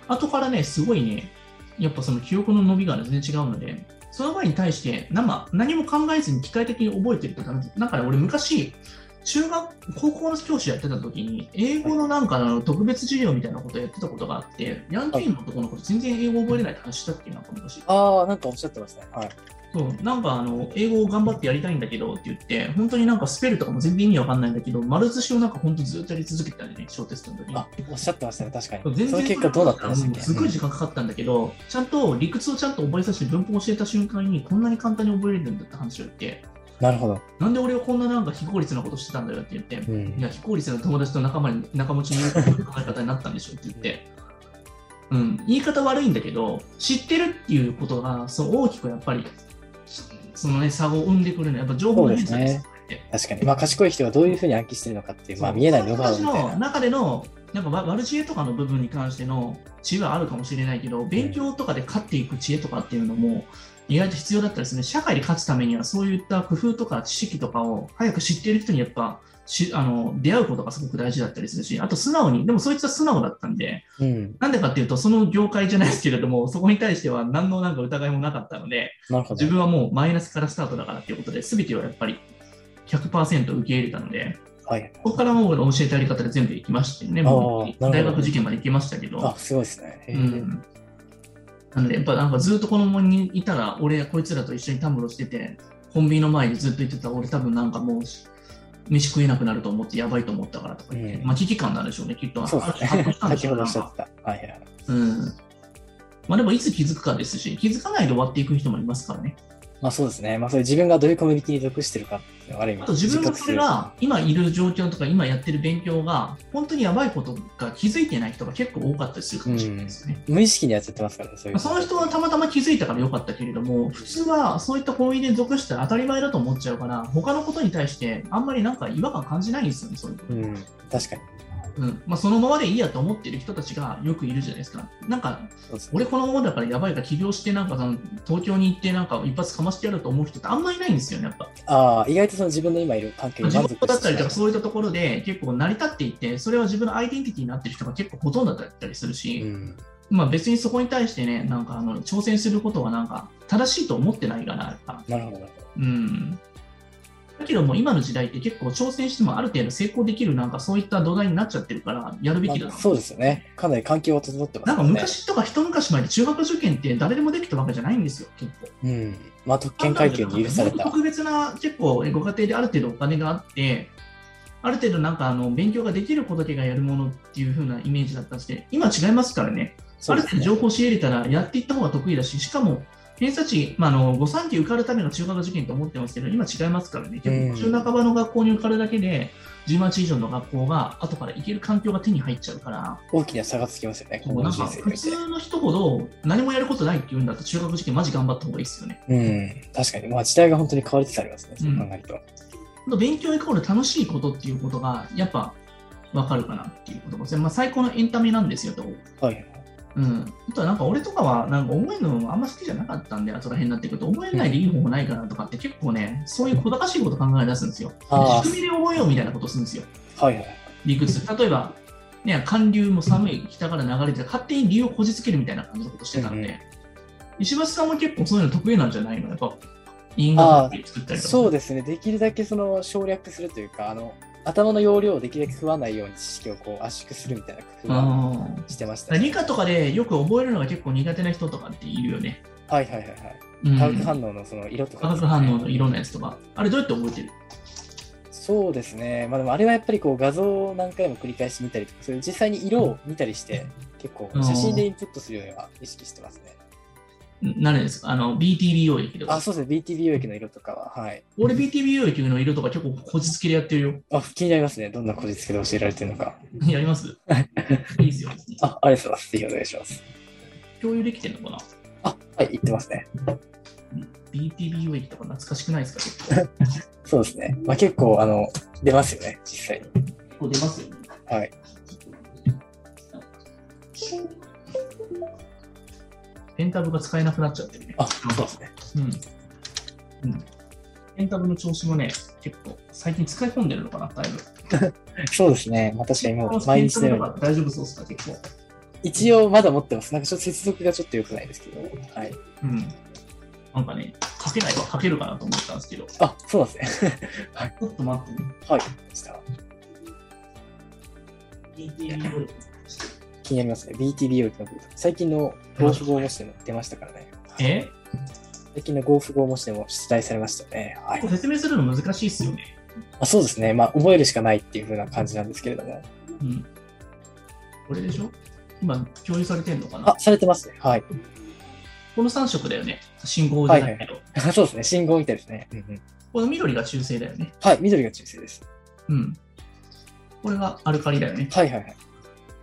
[SPEAKER 2] 後からねすごいねやっぱその記憶の伸びが全然違うのでその前に対して生何も考えずに機械的に覚えてるとダメなんかね俺昔中学高校の教師やってた時に英語のなんかあの特別授業みたいなことやってたことがあってヤンキーの男の子と全然英語覚えれないって話したっていうのが昔
[SPEAKER 1] ああ、なんかおっしゃってましたね。はい。
[SPEAKER 2] そうなんかあの英語を頑張ってやりたいんだけどって言って、本当になんかスペルとかも全然意味わかんないんだけど、丸寿司をなんか本当ずっとやり続けてたんでね、小テストの時に。
[SPEAKER 1] あ、おっしゃってましたね、確か
[SPEAKER 2] そう
[SPEAKER 1] に。その結果どうだったんでしたっけ
[SPEAKER 2] すごい時間かかったんだけど、ちゃんと理屈をちゃんと覚えさせて文法を教えた瞬間にこんなに簡単に覚えれるんだって話を言って、
[SPEAKER 1] なるほど。
[SPEAKER 2] なんで俺はこんななんか非効率なことしてたんだよって言って
[SPEAKER 1] う、
[SPEAKER 2] い
[SPEAKER 1] ん、
[SPEAKER 2] や、非効率な友達と仲間に仲持ちに言う考え方になったんでしょって言って、うん、言い方悪いんだけど、知ってるっていうことが、そう大きくやっぱり、そのね、差を生んでくるのは、やっぱ情報の変化です。
[SPEAKER 1] 確かに。まあ賢い人がどういうふうに暗記してるのかっていう、まあ見えないノウハウみたい
[SPEAKER 2] の
[SPEAKER 1] な。
[SPEAKER 2] 中での、なんかわ悪知恵とかの部分に関しての知恵はあるかもしれないけど、勉強とかで勝っていく知恵とかっていうのも、意外と必要だったりするね。社会で勝つためには、そういった工夫とか知識とかを早く知っている人にやっぱしあの出会うことがすごく大事だったりするし、あと素直に、でもそいつは素直だったんで、
[SPEAKER 1] うん、
[SPEAKER 2] なんでかっていうと、その業界じゃないですけれども、 そこに対しては何のなんか疑いもなかったので、
[SPEAKER 1] なるほど
[SPEAKER 2] 自。分はもうマイナスからスタートだからっていうことで、全てをやっぱり100%受け入れたので、
[SPEAKER 1] はい。
[SPEAKER 2] ここからもう教えたやり方で全部いきましてね、
[SPEAKER 1] あー
[SPEAKER 2] もう
[SPEAKER 1] なるほど
[SPEAKER 2] 大学受験まで行きましたけど、
[SPEAKER 1] あ、すごいですね。へ
[SPEAKER 2] う
[SPEAKER 1] え
[SPEAKER 2] ん、なので、やっぱなんかずっとこのままいたら、俺、こいつらと一緒にたむろしてて、コンビニの前にずっと行ってたら、俺、多分なんかもう、飯食えなくなると思って、やばいと思ったからとか言って、
[SPEAKER 1] うん
[SPEAKER 2] まあ、危機感なんでしょうね、きっと。
[SPEAKER 1] そうです
[SPEAKER 2] あの
[SPEAKER 1] ね。
[SPEAKER 2] 発狂
[SPEAKER 1] 先ほ
[SPEAKER 2] したんでしょう
[SPEAKER 1] どお
[SPEAKER 2] な
[SPEAKER 1] っ
[SPEAKER 2] ん
[SPEAKER 1] しゃ
[SPEAKER 2] か
[SPEAKER 1] ってた。はいはい。
[SPEAKER 2] うんまあ、でも、いつ気づくかですし、気づかないで終わっていく人もいますからね。
[SPEAKER 1] まあそうですね。まあそういう自分がどういうコミュニティに属してるかっていうのはある意味
[SPEAKER 2] あと、自分がそれ
[SPEAKER 1] 自
[SPEAKER 2] が、今いる状況とか、今やってる勉強が、本当にやばいことが気づいてない人が結構多かったりするかもしれないですね。
[SPEAKER 1] 覚する無意識にやっちゃってますからね。そうい
[SPEAKER 2] ま
[SPEAKER 1] う
[SPEAKER 2] あその人はたまたま気づいたから良かったけれども、普通はそういった行為で属したら当たり前だと思っちゃうから、他のことに対してあんまりなんか違和感感じないんですよね、そういうこ
[SPEAKER 1] うん、確かに。
[SPEAKER 2] と。うん。まあ、そのままでいいやと思ってる人たちがよくいるじゃないですか。なんか、
[SPEAKER 1] そうですね
[SPEAKER 2] 俺このままだからやばいから起業して、なんかその東京に行ってなんか一発かましてやると思う人ってあんまりいないんですよね、やっぱ。
[SPEAKER 1] ああ、意外とその自分の今いる環境に
[SPEAKER 2] 自
[SPEAKER 1] 満足
[SPEAKER 2] 分だったりとか
[SPEAKER 1] し
[SPEAKER 2] そういったところで結構成り立っていて、それは自分のアイデンティティになってる人が結構ほとんどだったりするし、
[SPEAKER 1] てうん、
[SPEAKER 2] まあ別にそこに対してね、なんかあの挑戦することはなんか正しいと思ってないから、やっぱ
[SPEAKER 1] なるほど。なるほど
[SPEAKER 2] うん。だけどもう今の時代って結構挑戦してもある程度成功できるなんかそういった土台になっちゃってるからやるべきだ
[SPEAKER 1] まあ、。
[SPEAKER 2] な
[SPEAKER 1] そうですよね。かなり環境は整ってます
[SPEAKER 2] なん
[SPEAKER 1] よ
[SPEAKER 2] か
[SPEAKER 1] ね。
[SPEAKER 2] 昔とか一昔前で中学受験って誰でもできたわけじゃないんですよ、結構。
[SPEAKER 1] うん。まあ、特権階級に許された。
[SPEAKER 2] 特別な、結構、えご家庭である程度お金があって、ある程度なんかあの勉強ができる子だけがやるものっていう風なイメージだったんですけど、今違いますからね、
[SPEAKER 1] そう
[SPEAKER 2] あ
[SPEAKER 1] で
[SPEAKER 2] る
[SPEAKER 1] す
[SPEAKER 2] 程
[SPEAKER 1] ね
[SPEAKER 2] 度情報を仕入れたらやっていった方が得意だし、しかも偏差値、まあ、あの5、3級受かるための中学受験と思ってますけど、今違いますから
[SPEAKER 1] う
[SPEAKER 2] ね、
[SPEAKER 1] ん
[SPEAKER 2] 結構、中半ばの学校に受かるだけで、10万地以上の学校が後から行ける環境が手に入っちゃうから、
[SPEAKER 1] 大きな差がつきますよね、今
[SPEAKER 2] も
[SPEAKER 1] 後
[SPEAKER 2] うな
[SPEAKER 1] の
[SPEAKER 2] んか
[SPEAKER 1] 人生にお
[SPEAKER 2] 普
[SPEAKER 1] いて。
[SPEAKER 2] 通の人ほど何もやることないって言うんだったら、中学受験、マジ頑張った方がいいですよね。
[SPEAKER 1] うん。確かに。まあ、時代が本当に変わりつつありますね、そう考えると。
[SPEAKER 2] 勉強イコール楽しいことっていうことがやっぱ分かるかなっていうことですね。まあ、最高のエンタメなんですよと。
[SPEAKER 1] はい。
[SPEAKER 2] うん、あとはなんか俺とかはなんか重いのあんま好きじゃなかったんで、あそこら辺になってくると、覚えないでいい方法ないかなとかって結構ね、そういう小賢しいこと考え出すんですよ。
[SPEAKER 1] あ
[SPEAKER 2] 仕組みで覚えようみたいなことするんですよ。
[SPEAKER 1] あ、はいはい。
[SPEAKER 2] 理屈。例えば、ね、寒流も寒い北から流れて、勝手に理由をこじつけるみたいな感じのことしてたん
[SPEAKER 1] うんう
[SPEAKER 2] で、石橋さんも結構そういうの得意なんじゃないのやっぱ、因果関係作ったりとか。
[SPEAKER 1] そうですね、できるだけその省略するというか、あの頭の容量をできるだけ食わないように知識をこう圧縮するみたいな工夫は
[SPEAKER 2] あー
[SPEAKER 1] してまし
[SPEAKER 2] だ
[SPEAKER 1] た
[SPEAKER 2] から
[SPEAKER 1] ね、
[SPEAKER 2] 理科とかでよく覚えるのが結構苦手な人とかっているよね。
[SPEAKER 1] はいはいはいはい。
[SPEAKER 2] うん、
[SPEAKER 1] 化学反応のその色とか、
[SPEAKER 2] 化学反応のいろんなやつとか。あれどうやって覚えてる
[SPEAKER 1] そうですね、まあ、でもあれはやっぱりこう画像を何回も繰り返し見たりとか、そういう実際に色を見たりして、結構写真でインプットするようには意識してますね。
[SPEAKER 2] ん何ですかあの ?BTB 溶液と
[SPEAKER 1] あ、
[SPEAKER 2] か。
[SPEAKER 1] そうですね、BTB 溶液の色とかは、はい。
[SPEAKER 2] 俺 BTB 溶液の色とか結構こじつけでやってるよ。
[SPEAKER 1] あ、気になりますね、どんなこじつけで教えられてるのか。
[SPEAKER 2] やります いいですよ。
[SPEAKER 1] あ、ありがとうございます。ぜひお願いします。
[SPEAKER 2] 共有できてるのかな
[SPEAKER 1] あ、はい、言ってますね。
[SPEAKER 2] ?BTB 溶液とか懐かしくないですか結構
[SPEAKER 1] そうですね。まあ、結構、あの、出ますよね、実際に。
[SPEAKER 2] こう出ますよね。
[SPEAKER 1] はい。
[SPEAKER 2] ペンタブが使えなくなっちゃってるね。
[SPEAKER 1] あ、そうですね。
[SPEAKER 2] うん。うん。ペンタブの調子もね、結構最近使い込んでるのかな、だいぶ。
[SPEAKER 1] そうですね。まあ、確かにもう毎日のように。
[SPEAKER 2] 大丈夫そうですか、結構。
[SPEAKER 1] 一応まだ持ってます。なんかちょっと接続がちょっと良くないですけど。はい。
[SPEAKER 2] うん。なんかね、書けないわ、書けるかなと思ったんですけど、ち
[SPEAKER 1] あ、そうなんですね。
[SPEAKER 2] ょっと待ってね。
[SPEAKER 1] はい。した気になりますね。BTB よりの部分最近のゴーフ号模試でも出ましたからね。
[SPEAKER 2] え
[SPEAKER 1] 最近のゴーフ号模試でも出題されましたね。は
[SPEAKER 2] これ
[SPEAKER 1] い。
[SPEAKER 2] 説明するの難しいっすよね。
[SPEAKER 1] あ、そうですね。まあ、覚えるしかないっていう風な感じなんですけれども。
[SPEAKER 2] うん。これでしょ今、共有されてんのかな
[SPEAKER 1] あ、されてますね。はい。
[SPEAKER 2] この3色だよね。信号じゃないけど。
[SPEAKER 1] そうですね。信号みたいですね。うんうん、
[SPEAKER 2] この緑が中性だよね。
[SPEAKER 1] はい。緑が中性です。
[SPEAKER 2] うん。これがアルカリだよね。
[SPEAKER 1] はいはいはい。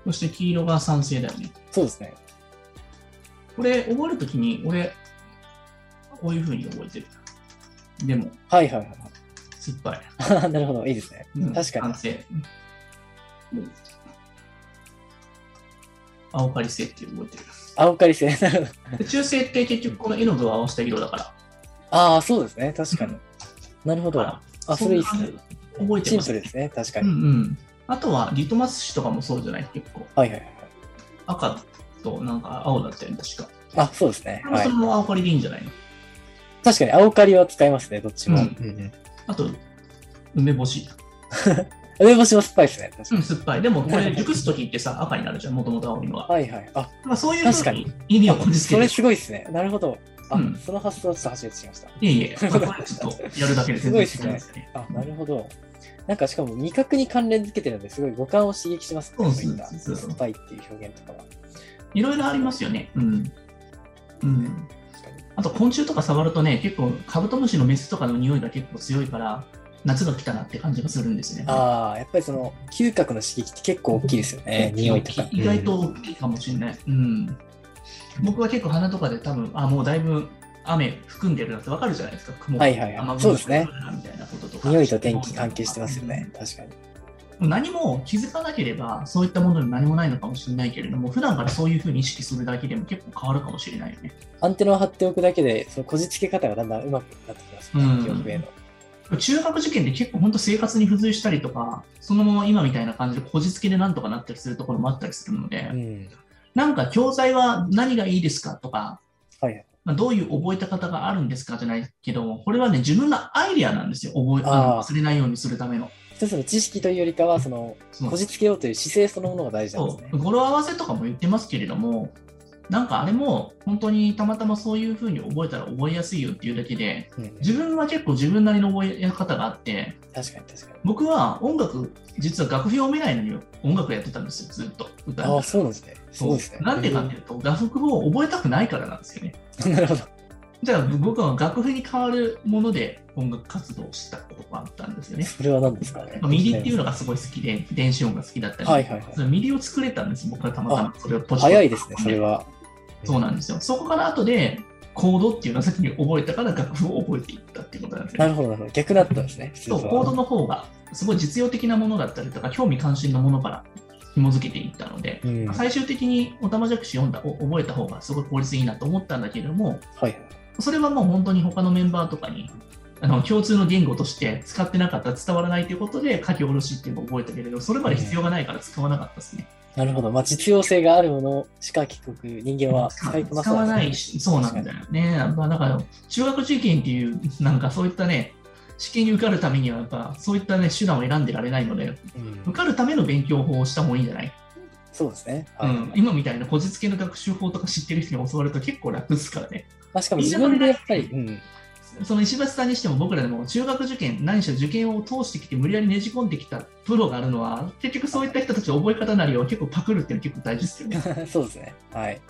[SPEAKER 2] そして黄色が酸性だよね。
[SPEAKER 1] そうですね。
[SPEAKER 2] これ、覚えるときに、俺、こういうふうに覚えてる。でも、
[SPEAKER 1] はいはいはい
[SPEAKER 2] 酸っぱい。
[SPEAKER 1] はい。なるほど。いいですね。
[SPEAKER 2] うん
[SPEAKER 1] 確かに
[SPEAKER 2] 酸性。うん青カリ性って覚えてる
[SPEAKER 1] 青カリ性。なるほど。
[SPEAKER 2] で。中性って結局この絵の具を合わせた色だから。
[SPEAKER 1] ああ、そうですね。確かに。なるほど。
[SPEAKER 2] だ
[SPEAKER 1] あ、
[SPEAKER 2] から
[SPEAKER 1] それいいですね。
[SPEAKER 2] んな感じ覚えて
[SPEAKER 1] シン
[SPEAKER 2] ま
[SPEAKER 1] プ
[SPEAKER 2] す。
[SPEAKER 1] ルですね。確か
[SPEAKER 2] うん
[SPEAKER 1] に。
[SPEAKER 2] うん。あとはリトマス紙とかもそうじゃない結構。
[SPEAKER 1] はいはいはい。
[SPEAKER 2] 赤となんか青だったよね、確か。
[SPEAKER 1] あ、そうですね。
[SPEAKER 2] これも
[SPEAKER 1] はい
[SPEAKER 2] それ。も青カリでいいんじゃないの、
[SPEAKER 1] 確かに、青カリは使えますね。どっちも。
[SPEAKER 2] う
[SPEAKER 1] うんんうん
[SPEAKER 2] あと、梅干し。
[SPEAKER 1] 梅干しも酸っぱいですね。確か
[SPEAKER 2] う
[SPEAKER 1] に
[SPEAKER 2] ん、酸っぱい。でもこれ熟すときってさ、赤になるじゃん、もともと青いのは。
[SPEAKER 1] はいはい。あ、
[SPEAKER 2] まあ、そういうふ
[SPEAKER 1] 確
[SPEAKER 2] う
[SPEAKER 1] か
[SPEAKER 2] に
[SPEAKER 1] に
[SPEAKER 2] 意味をこじ
[SPEAKER 1] そ
[SPEAKER 2] つけて
[SPEAKER 1] れ
[SPEAKER 2] る。
[SPEAKER 1] すごいですね。なるほど。あ
[SPEAKER 2] うん、
[SPEAKER 1] その発想はちょっと初めてしました。
[SPEAKER 2] いえい え、まあこれちょっとやるだけで全然違いますね。
[SPEAKER 1] あ、なるほど。なんかしかも味覚に関連づけてるんですごい五感を刺激します
[SPEAKER 2] そう
[SPEAKER 1] ね。
[SPEAKER 2] そう
[SPEAKER 1] いった
[SPEAKER 2] そう
[SPEAKER 1] 酸っぱいっていう表現とかは。
[SPEAKER 2] いろいろありますよね。うん。うん。
[SPEAKER 1] 確かに。
[SPEAKER 2] あと昆虫とか触るとね、結構カブトムシのメスとかの匂いが結構強いから、夏が来たなって感じがするんですね。
[SPEAKER 1] ああ、やっぱりその嗅覚の刺激って結構大きいですよね。匂いとか。
[SPEAKER 2] 意外と大きいかもしれない。うん。僕は結構鼻とかで多分、あ、もうだいぶ雨含んでるなってわかるじゃないですか、雲が
[SPEAKER 1] はいはいはい
[SPEAKER 2] 雨雲が
[SPEAKER 1] そうですね
[SPEAKER 2] 来るなみたいなことと
[SPEAKER 1] う
[SPEAKER 2] か。
[SPEAKER 1] ん。匂いと天気関係してますよね。確かに。
[SPEAKER 2] うん。何も気づかなければ、そういったものに何もないのかもしれないけれども、普段からそういうふうに意識するだけでも結構変わるかもしれないよね。
[SPEAKER 1] アンテナを張っておくだけで、そのこじつけ方がだんだんうまくなってきますね
[SPEAKER 2] うん。
[SPEAKER 1] 記憶への。
[SPEAKER 2] 中学受験で結構本当生活に付随したりとか、そのまま今みたいな感じでこじつけでなんとかなったりするところもあったりするので、
[SPEAKER 1] うん。
[SPEAKER 2] なんか教材は何がいいですかとか、
[SPEAKER 1] はいはい。
[SPEAKER 2] まあ、どういう覚えた方があるんですかじゃないけども、これはね、自分のアイディアなんですよ。覚え、あの
[SPEAKER 1] あー
[SPEAKER 2] 忘れないようにするための。
[SPEAKER 1] 一つの知識というよりかは、その、
[SPEAKER 2] そう
[SPEAKER 1] こじつけようという姿勢そのものが大事なんです
[SPEAKER 2] そ
[SPEAKER 1] ね
[SPEAKER 2] う。語呂合わせとかも言ってますけれども、なんかあれも本当にたまたまそういう風に覚えたら覚えやすいよっていうだけで、
[SPEAKER 1] うんうん
[SPEAKER 2] 自分は結構自分なりの覚え方があって、
[SPEAKER 1] 確かに確かに。
[SPEAKER 2] 僕は音楽、実は楽譜読めないのに音楽やってたんですよ、ずっと。歌
[SPEAKER 1] ああ、そうなんですね。すごいですね。
[SPEAKER 2] なんでかっていうと、楽譜を覚えたくないからなんですよね。
[SPEAKER 1] うんなるほど。
[SPEAKER 2] じゃあ僕は楽譜に代わるもので音楽活動をしたことがあったんですよね。
[SPEAKER 1] それは何ですかね。
[SPEAKER 2] ミディっていう
[SPEAKER 1] の
[SPEAKER 2] のがすごい好きで、電子音が好きだったり、
[SPEAKER 1] はいはいはい
[SPEAKER 2] そのミディを作れたんです、僕はたまたまそれをポチッと
[SPEAKER 1] 早いですね、それは。
[SPEAKER 2] そうなんですよ。そこから後で、コードっていうのを先に覚えたから楽譜を覚えていったっていうことなんです
[SPEAKER 1] な
[SPEAKER 2] よね。
[SPEAKER 1] るほど、なるほど。逆だったんですね。
[SPEAKER 2] そう、
[SPEAKER 1] 普通
[SPEAKER 2] コード
[SPEAKER 1] は
[SPEAKER 2] の方が、すごい実用的なものだったりとか、興味関心のものから紐づけていったので、
[SPEAKER 1] うん。はい
[SPEAKER 2] 最終的におたまじゃくし読んだ、お覚えた方がすごい効率いいなと思ったんだけれども、
[SPEAKER 1] はい。
[SPEAKER 2] それはもう本当に他のメンバーとかに、あの共通の言語として使ってなかった、伝わらないということで書き下ろしっていうのを覚えたけれど、それまで必要がないから使わなかったですね。
[SPEAKER 1] なるほど。まあ、実用性があるものしか結局人間は
[SPEAKER 2] 使
[SPEAKER 1] 使いこな
[SPEAKER 2] 使
[SPEAKER 1] さ
[SPEAKER 2] わ
[SPEAKER 1] な
[SPEAKER 2] ないい
[SPEAKER 1] です
[SPEAKER 2] し、そうなんだよね。まあ、だから、中学受験っていう、なんかそういったね、試験に受かるためには、やっぱそういったね、手段を選んでられないので、
[SPEAKER 1] ね。うん
[SPEAKER 2] 受かるための勉強法をした方がいいんじゃない、
[SPEAKER 1] そうですね。
[SPEAKER 2] う
[SPEAKER 1] はい
[SPEAKER 2] ん、今みたいなこじつけの学習法とか知ってる人に教わると結構楽ですからね。
[SPEAKER 1] まあ、しかも自分でやっぱり、うん。
[SPEAKER 2] その石橋さんにしても僕らでも中学受験何しろ受験を通してきて無理やりねじ込んできたプロがあるのは結局そういった人たちの覚え方なりを結構パクるっていうの結構大事ですよ ね。
[SPEAKER 1] そうですね。はい。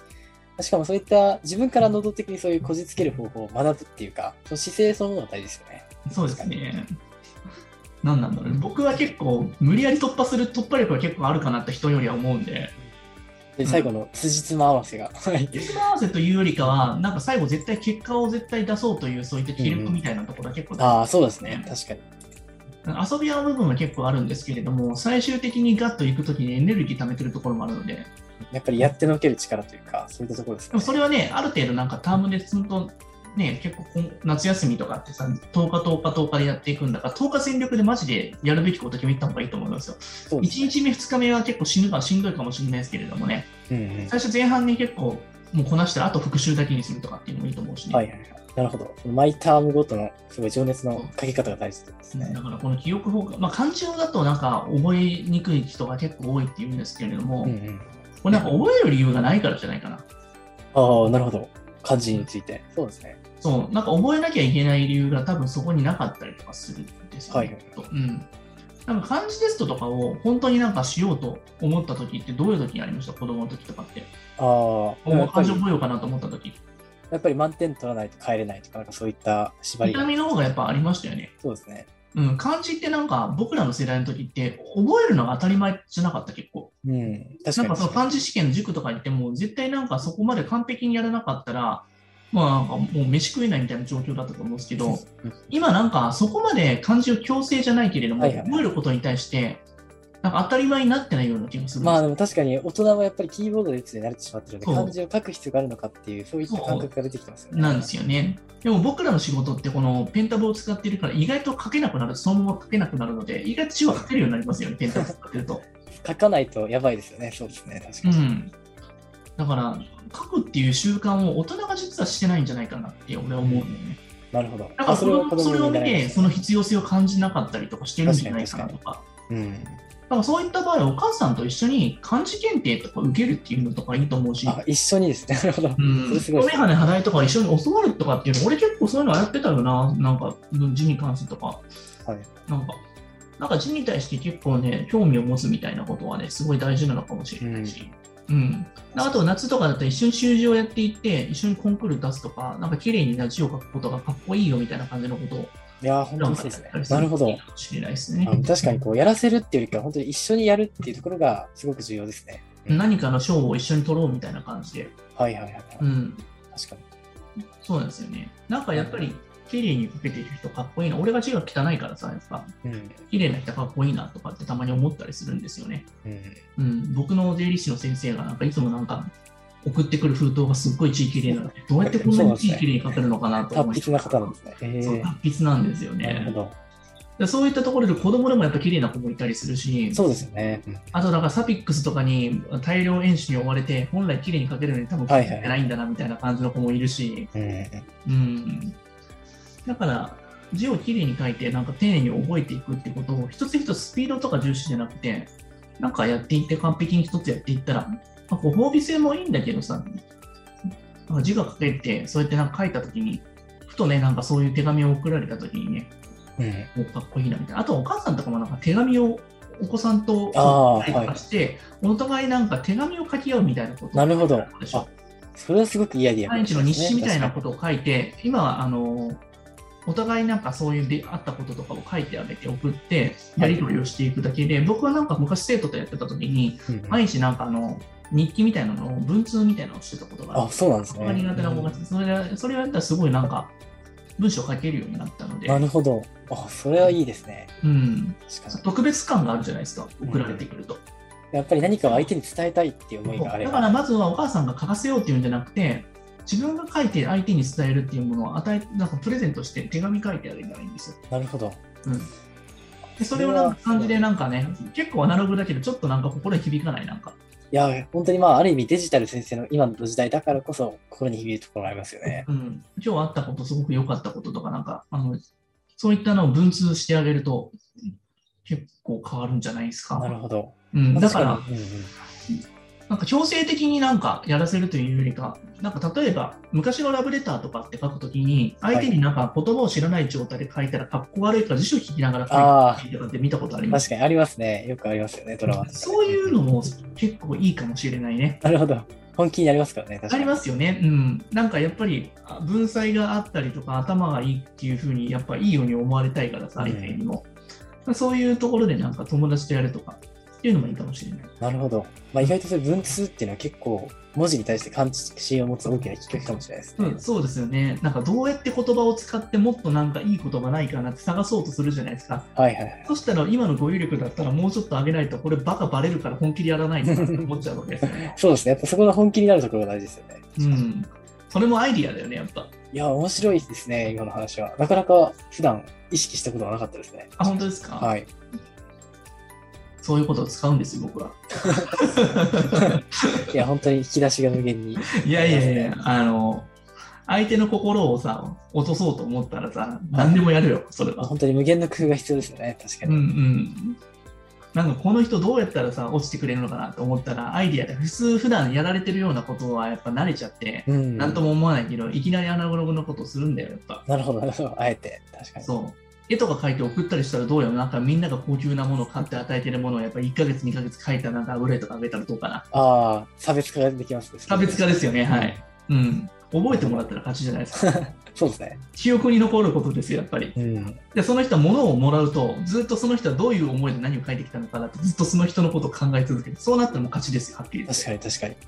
[SPEAKER 1] しかもそういった自分から能動的にそういうこじつける方法を学ぶっていうか、その姿勢そのものが大事ですよね。
[SPEAKER 2] そうですね。何なんだろうね僕は結構無理やり突破する突破力は結構あるかなって人よりは思うんで
[SPEAKER 1] で、最後の辻褄合わせが。 はい。
[SPEAKER 2] 手合わせというよりかはなんか最後絶対結果を絶対出そうというそういった気力みたいなところが結構大事
[SPEAKER 1] ああ、そうですね。確かに。
[SPEAKER 2] 遊び屋の部分は結構あるんですけれども最終的にガッと行くときにエネルギー貯めてるところもあるので
[SPEAKER 1] やっぱりやってのける力というか、そういったところです
[SPEAKER 2] でもそ
[SPEAKER 1] ね。
[SPEAKER 2] れはね、ある程度なんかタームで積むと、ね、結構こん夏休みとかってさ、10日、10日、10日でやっていくんだから、10日全力でマジでやるべきこと決めた方がいいと思うんですよ。
[SPEAKER 1] そうです
[SPEAKER 2] 1
[SPEAKER 1] ね。
[SPEAKER 2] 日目、2日目は結構死ぬからしんどいかもしれないですけれどもね、
[SPEAKER 1] うんうん。
[SPEAKER 2] 最初前半に結構もうこなしたら、あと復習だけにするとかっていうのもいいと思うしね。
[SPEAKER 1] はいはいはい。なるほど。そのマイタームごとのすごい情熱のかけ方が大事ですね。
[SPEAKER 2] だからこの記憶法が、まあ、漢字用だとなんか覚えにくい人が結構多いっていうんですけれども、
[SPEAKER 1] うんうん。
[SPEAKER 2] これなんか覚える理由がないからじゃないかな。
[SPEAKER 1] ああ、なるほど。漢字について。そうですね。
[SPEAKER 2] そう、なんか覚えなきゃいけない理由が多分そこになかったりとかするんですよ、ね。
[SPEAKER 1] はいはい
[SPEAKER 2] とうん。なんか漢字テストとかを本当になんかしようと思った時ってどういう時にありました子供の時とかって。
[SPEAKER 1] ああ、やっぱ
[SPEAKER 2] 漢
[SPEAKER 1] り
[SPEAKER 2] 字覚えようかなと思った時。
[SPEAKER 1] やっぱり満点取らないと帰れないとか、なんかそういった縛り
[SPEAKER 2] 痛
[SPEAKER 1] が。
[SPEAKER 2] みの方がやっぱありましたよね。
[SPEAKER 1] そうですね。
[SPEAKER 2] うん、漢字ってなんか僕らの世代の時って覚えるのが当たり前じゃなかった結構。
[SPEAKER 1] うん。確か
[SPEAKER 2] なん
[SPEAKER 1] に
[SPEAKER 2] かその漢字試験の塾とかに行っても絶対なんかそこまで完璧にやらなかったら、まあなんかもう飯食えないみたいな状況だったと思うんですけど、今なんかそこまで漢字を強制じゃないけれども、
[SPEAKER 1] はいはい
[SPEAKER 2] 覚えることに対してなんか当たり前になってないような気がするんです
[SPEAKER 1] まあでも確かに大人はやっぱりキーボードで打つに慣れてしまってるの
[SPEAKER 2] そ
[SPEAKER 1] で、
[SPEAKER 2] う
[SPEAKER 1] 漢字を書く必要があるのかっていう、そういった感覚が出てきてますよね。
[SPEAKER 2] なんですよね。でも僕らの仕事ってこのペンタブを使ってるから意外と書けなくなるそのまま書けなくなるので意外と字は書けるようになりますよねペンタブ使ってると。
[SPEAKER 1] 書かないとやばいですよね。そうですね。確
[SPEAKER 2] う
[SPEAKER 1] かに。
[SPEAKER 2] ん、だから書くっていう習慣を大人が実はしてないんじゃないかなって俺は思うんだよね。
[SPEAKER 1] なるほど。
[SPEAKER 2] だから
[SPEAKER 1] あ
[SPEAKER 2] それをそれを見
[SPEAKER 1] い
[SPEAKER 2] て
[SPEAKER 1] です
[SPEAKER 2] その必要性を感じなかったりとかしてるんじゃないかなとか。
[SPEAKER 1] うん。
[SPEAKER 2] だからそういった場合、お母さんと一緒に漢字検定とか受けるっていうのとかいいと思うし、
[SPEAKER 1] あ、一緒にですね。なるほど。
[SPEAKER 2] うん
[SPEAKER 1] それすごい
[SPEAKER 2] お
[SPEAKER 1] で
[SPEAKER 2] 眼
[SPEAKER 1] すね
[SPEAKER 2] 鏡払いとか一緒に教わるとかっていうの、俺結構そういうのやってたよな、なんか字に関してとか、
[SPEAKER 1] はい
[SPEAKER 2] なんか、なんか字に対して結構ね、興味を持つみたいなことはね、すごい大事なのかもしれないし。うんあと夏とかだったら一緒に習字をやっていって一緒にコンクール出すとかなんか綺麗に字を書くことがかっこいいよみたいな感じのことを
[SPEAKER 1] いやー、本当にそうですね。なるほ
[SPEAKER 2] いい
[SPEAKER 1] ど。
[SPEAKER 2] かもしれないですね
[SPEAKER 1] あ。の確かにこう、やらせるっていうよりか、本当に一緒にやるっていうところがすごく重要ですね。
[SPEAKER 2] 何かの賞を一緒に取ろうみたいな感じで、
[SPEAKER 1] はいはいはいはい。
[SPEAKER 2] うん、
[SPEAKER 1] 確かに。
[SPEAKER 2] そうなんですよね。なんかやっぱり、綺麗にかけてる人かっこいいな。俺が字が汚いからさ、やっぱ、
[SPEAKER 1] うん。
[SPEAKER 2] 綺麗な人かっこいいなとかってたまに思ったりするんですよね。
[SPEAKER 1] うん。
[SPEAKER 2] うん、僕の税理士の先生が、なんかいつもなんか、送ってくる封筒がすっごい字綺麗なので、どうやってこんなに字綺麗に書けるのかなと思い
[SPEAKER 1] 達筆な方なんですね。へ
[SPEAKER 2] そう
[SPEAKER 1] ー
[SPEAKER 2] 達筆なんですよ
[SPEAKER 1] なる
[SPEAKER 2] ね
[SPEAKER 1] ほ。ど。
[SPEAKER 2] でそういったところで子供でもやっぱ綺麗な子もいたりするし、
[SPEAKER 1] そうですよね。うん
[SPEAKER 2] あとなんかサピックスとかに大量演習に追われて、本来綺麗に描けるのに多分
[SPEAKER 1] はい
[SPEAKER 2] 描
[SPEAKER 1] はい
[SPEAKER 2] けてないんだなみたいな感じの子もいるし、
[SPEAKER 1] うんうん
[SPEAKER 2] うん。だから、字を綺麗に書いて、なんか丁寧に覚えていくってことを、一つ一つスピードとか重視じゃなくて、なんかやっていって、完璧に一つやっていったら、まあ、ご褒美性もいいんだけどさ、なんか字が書けて、そうやってなんか書いたときに、ふとね、なんかそういう手紙を送られたときにね、
[SPEAKER 1] うん
[SPEAKER 2] もうかっこいいなみたいな。あとお母さんとかもなんか手紙をお子さんと
[SPEAKER 1] あー
[SPEAKER 2] 書いたりとかして、お互いなんか手紙を書き合うみたいなこと。
[SPEAKER 1] なるほど。
[SPEAKER 2] あでしょ
[SPEAKER 1] あそれはすごく嫌でや
[SPEAKER 2] 毎日の日誌みたいなことを書いて、今はあのお互いなんかそういうであったこととかを書いてあげて送って、やり取りをしていくだけで、僕はなんか昔生徒とやってた時に、
[SPEAKER 1] と、うんうん
[SPEAKER 2] 毎日なんかあの日記みたいなのを、文通みたいなのをしてたことがあ
[SPEAKER 1] あ、
[SPEAKER 2] る。
[SPEAKER 1] そうなんです
[SPEAKER 2] そこ
[SPEAKER 1] ね。
[SPEAKER 2] が苦手な子がいて、それがそれをやったらすごいなんか文章を書けるようになったので、
[SPEAKER 1] なるほど。あ、それはいいですね。
[SPEAKER 2] うん、
[SPEAKER 1] 確かに。
[SPEAKER 2] 特別感があるじゃないですか、送られてくると。
[SPEAKER 1] やっぱり何かを相手に伝えたいっていう思いがあれ
[SPEAKER 2] だ
[SPEAKER 1] ば。
[SPEAKER 2] からまずはお母さんが書かせようっていうんじゃなくて、自分が書いて相手に伝えるっていうものを与えなんかプレゼントして手紙書いてあげたらいいんですよ。
[SPEAKER 1] なるほど。
[SPEAKER 2] うん、でそれをなんか感じでなんかね、結構アナログだけど、ちょっとなんか心に響かないなんか。
[SPEAKER 1] いや、本当にまあ、ある意味デジタル先生の今の時代だからこそ、心に響くところがありますよね。
[SPEAKER 2] うん、今日あったこと、すごく良かったこととか、なんかあの、そういったのを文通してあげると、結構変わるんじゃないですか。
[SPEAKER 1] なるほど。
[SPEAKER 2] うん、だから、
[SPEAKER 1] 確にうんうん
[SPEAKER 2] なんか強制的になんかやらせるというよりか、なんか例えば昔のラブレターとかって書くときに、相手になんか言葉を知らない状態で書いたら、格好悪いから辞書引きながら書いてるとかって見たことありま
[SPEAKER 1] 確
[SPEAKER 2] す。
[SPEAKER 1] かにありますね。よくありますよね、ドラマとかで
[SPEAKER 2] そういうのも結構いいかもしれないね。
[SPEAKER 1] なるほど。本気になりますからね、確
[SPEAKER 2] あ
[SPEAKER 1] かに。
[SPEAKER 2] りますよね。うん。なんかやっぱりあ文才があったりとか、頭がいいっていうふうに、やっぱいいように思われたいからさ、
[SPEAKER 1] うん
[SPEAKER 2] 相手にも。そういうところでなんか友達とやるとかっていうのもいいかもしれない。
[SPEAKER 1] なるほど。まあ、意外とそういう文通っていうのは結構、文字に対して感心を持つ大きなきっかけかもしれないです
[SPEAKER 2] う
[SPEAKER 1] ね
[SPEAKER 2] ん、。そうですよね。なんかどうやって言葉を使ってもっとなんかいい言葉ないかなって探そうとするじゃないですか。
[SPEAKER 1] はいはいはい。
[SPEAKER 2] そしたら今の語彙力だったらもうちょっと上げないとこれバカバレるから本気でやらないとかって思っちゃうわけですよね。
[SPEAKER 1] そうですね。やっぱそこの本気になるところが大事ですよね。
[SPEAKER 2] うん。それもアイディアだよね、やっぱ。
[SPEAKER 1] いや、面白いですね、今の話は。なかなか普段意識したことがなかったですね。
[SPEAKER 2] あ、本当ですか、
[SPEAKER 1] はい。
[SPEAKER 2] そういうことを使うんですよ、僕 は。
[SPEAKER 1] いや、本当に引き出しが無限に。
[SPEAKER 2] いやいやいや、あの、相手の心をさ、落とそうと思ったらさ、何でもやるよ、それは。
[SPEAKER 1] 本当に無限の工夫が必要ですよね、確か
[SPEAKER 2] うんう
[SPEAKER 1] に。
[SPEAKER 2] ん。なんかこの人どうやったらさ落ちてくれるのかなと思ったらアイディアで普通普段やられてるようなことはやっぱ慣れちゃって
[SPEAKER 1] うん。
[SPEAKER 2] 何とも思わないけどいきなりアナログのことをするんだよやっぱ
[SPEAKER 1] なるほど、なるほど。あえて、確かに。
[SPEAKER 2] そう絵とか描いて送ったりしたらどうよなんかみんなが高級なものを買って与えてるものをやっぱ1ヶ月2ヶ月描いたなんか油絵とかあげたらどうかな
[SPEAKER 1] ああ、差別化ができますね。
[SPEAKER 2] 差別化ですよねはいうん覚えてもらったら勝ちじゃないですか
[SPEAKER 1] そうですね。
[SPEAKER 2] 記憶に残ることですよやっぱり
[SPEAKER 1] うん。
[SPEAKER 2] でその人は物をもらうとずっとその人はどういう思いで何を書いてきたのかなってずっとその人のことを考え続けてそうなったらもう勝ちですよはっきり言っ
[SPEAKER 1] 確
[SPEAKER 2] て
[SPEAKER 1] かに、確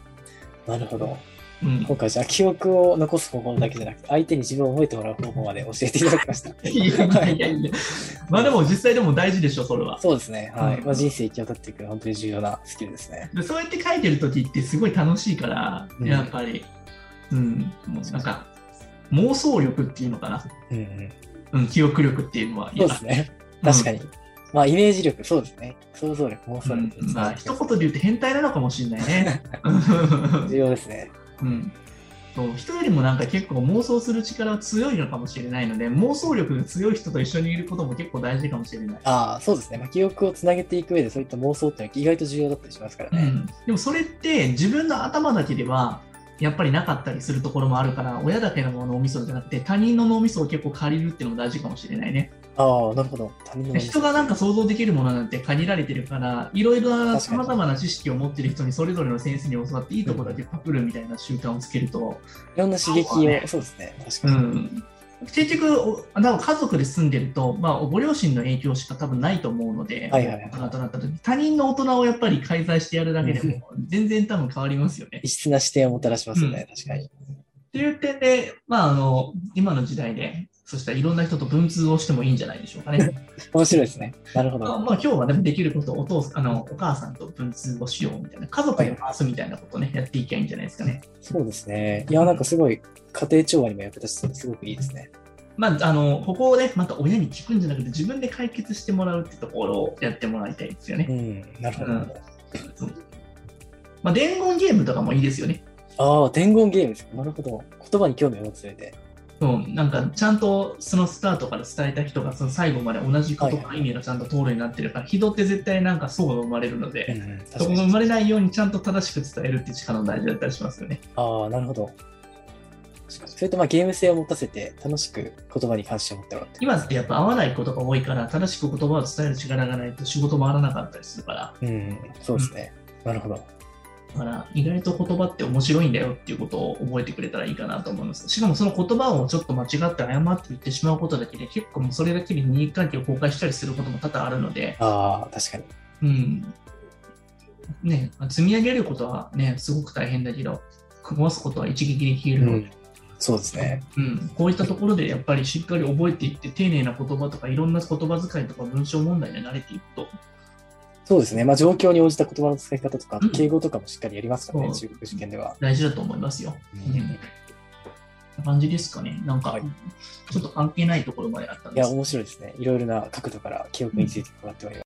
[SPEAKER 1] かに。なるほど。
[SPEAKER 2] うん
[SPEAKER 1] 今回じゃあ記憶を残す方法だけじゃなくて相手に自分を覚えてもらう方法まで教えていただきま した
[SPEAKER 2] いやいやいやいやまあでも実際でも大事でしょそれは
[SPEAKER 1] そうですねはい、
[SPEAKER 2] うん
[SPEAKER 1] まあ、人生生き渡っていく本当に重要なスキルですね
[SPEAKER 2] でそうやって書いてる時ってすごい楽しいから
[SPEAKER 1] うん
[SPEAKER 2] やっぱりうん、もうなんか妄想力っていうのかな、
[SPEAKER 1] うんうん
[SPEAKER 2] うん、記憶力っていうのは
[SPEAKER 1] そうですね確かに、まあイメージ力そうですね想像力妄
[SPEAKER 2] う
[SPEAKER 1] 想
[SPEAKER 2] ん
[SPEAKER 1] 力、
[SPEAKER 2] まあ一言で言うと変態なのかもしれない ね
[SPEAKER 1] 重要ですね
[SPEAKER 2] うん、そう人よりもなんか結構妄想する力は強いのかもしれないので妄想力が強い人と一緒にいることも結構大事かもしれない、
[SPEAKER 1] ああそうですね、まあ、記憶をつなげていく上でそういった妄想っていうのは意外と重要だったりしますから
[SPEAKER 2] う
[SPEAKER 1] ね、
[SPEAKER 2] ん、でもそれって自分の頭だけではやっぱりなかったりするところもあるから親だけの脳みそじゃなくて他人の脳みそを結構借りるっていうのも大事かもしれないね
[SPEAKER 1] ああなるほど他人の妄想
[SPEAKER 2] 人がなんか想像できるものなんて限られてるからいろいろな
[SPEAKER 1] 確か
[SPEAKER 2] さ
[SPEAKER 1] に
[SPEAKER 2] まざまな知識を持ってる人にそれぞれの先生に教わっていいところだけパクるみたいな習慣をつけると、
[SPEAKER 1] いろんな刺激
[SPEAKER 2] そうだ
[SPEAKER 1] を
[SPEAKER 2] ね
[SPEAKER 1] そうですね確
[SPEAKER 2] う
[SPEAKER 1] かに、
[SPEAKER 2] ん、結局おなんか家族で住んでると、まあ、ご両親の影響しか多分ないと思うので、
[SPEAKER 1] はいはいはい
[SPEAKER 2] 大人となった時他人の大人をやっぱり介在してやるだけでも全然多分変わりますよね。
[SPEAKER 1] 異質な視点をもたらしますよね、確かに
[SPEAKER 2] っていう点で、まあ、あの今の時代でそしたらいろんな人と文通をしてもいいんじゃないでしょうかね。
[SPEAKER 1] 面白いですねなるほど、
[SPEAKER 2] まあ、まあ今日はでもできることをお父さんあのお母さんと文通をしようみたいな家族で回すみたいなことをねやっていけばいいんじゃないですかね。
[SPEAKER 1] そうですね。いや、なんかすごい、家庭調和にも役立ちそうですごくいいですね。
[SPEAKER 2] まあ、あの、ここをね、また親に聞くんじゃなくて、自分で解決してもらうってところをやってもらいたいですよね。
[SPEAKER 1] うん、なるほど。
[SPEAKER 2] うんまあ、伝言ゲームとかもいいですよね。
[SPEAKER 1] ああ、伝言ゲームですか。なるほど。言葉に興味を持つ上で。
[SPEAKER 2] うん、なんかちゃんとそのスタートから伝えた人がその最後まで同じこと
[SPEAKER 1] はい
[SPEAKER 2] か
[SPEAKER 1] はい
[SPEAKER 2] 意味がちゃんと通るようになってるから、人って絶対なんか層が生まれるの
[SPEAKER 1] う
[SPEAKER 2] で、
[SPEAKER 1] んうん、
[SPEAKER 2] そ
[SPEAKER 1] 確
[SPEAKER 2] こ
[SPEAKER 1] か
[SPEAKER 2] が生ま
[SPEAKER 1] に。
[SPEAKER 2] れないようにちゃんと正しく伝えるっていう力も大事だったりしますよね。
[SPEAKER 1] ああ、なるほど。確かにそれとまあゲーム性を持たせて、楽しく言葉に関心を持ってもらって。
[SPEAKER 2] 今ってやっぱ合わないことが多いから、正しく言葉を伝える力がないと仕事回らなかったりするから、
[SPEAKER 1] うん、そうですね。なるほど。
[SPEAKER 2] だから意外と言葉って面白いんだよっていうことを覚えてくれたらいいかなと思います。しかもその言葉をちょっと間違って誤って言ってしまうことだけで、結構もうそれだけで人間関係を崩壊したりすることも多々あるので、
[SPEAKER 1] ああ、確かに。
[SPEAKER 2] うん。ね、積み上げることはね、すごく大変だけど、壊すことは一撃で消える
[SPEAKER 1] う
[SPEAKER 2] ので、
[SPEAKER 1] ん、そうですね。
[SPEAKER 2] うんこういったところでやっぱりしっかり覚えていって、丁寧な言葉とか、いろんな言葉遣いとか文章問題で慣れていくと、
[SPEAKER 1] そうですね。まあ状況に応じた言葉の使い方とか
[SPEAKER 2] うん、
[SPEAKER 1] 敬語とかもしっかりやりますから
[SPEAKER 2] う
[SPEAKER 1] ね、
[SPEAKER 2] ん
[SPEAKER 1] 中国受験では。
[SPEAKER 2] 大事だと思いますよ。うん。こんな感じですかね。なんか、
[SPEAKER 1] はい
[SPEAKER 2] ちょっと関係ないところまであったん
[SPEAKER 1] い
[SPEAKER 2] ですけど
[SPEAKER 1] や、面白いですね。いろいろな角度から記憶についてもらってはいます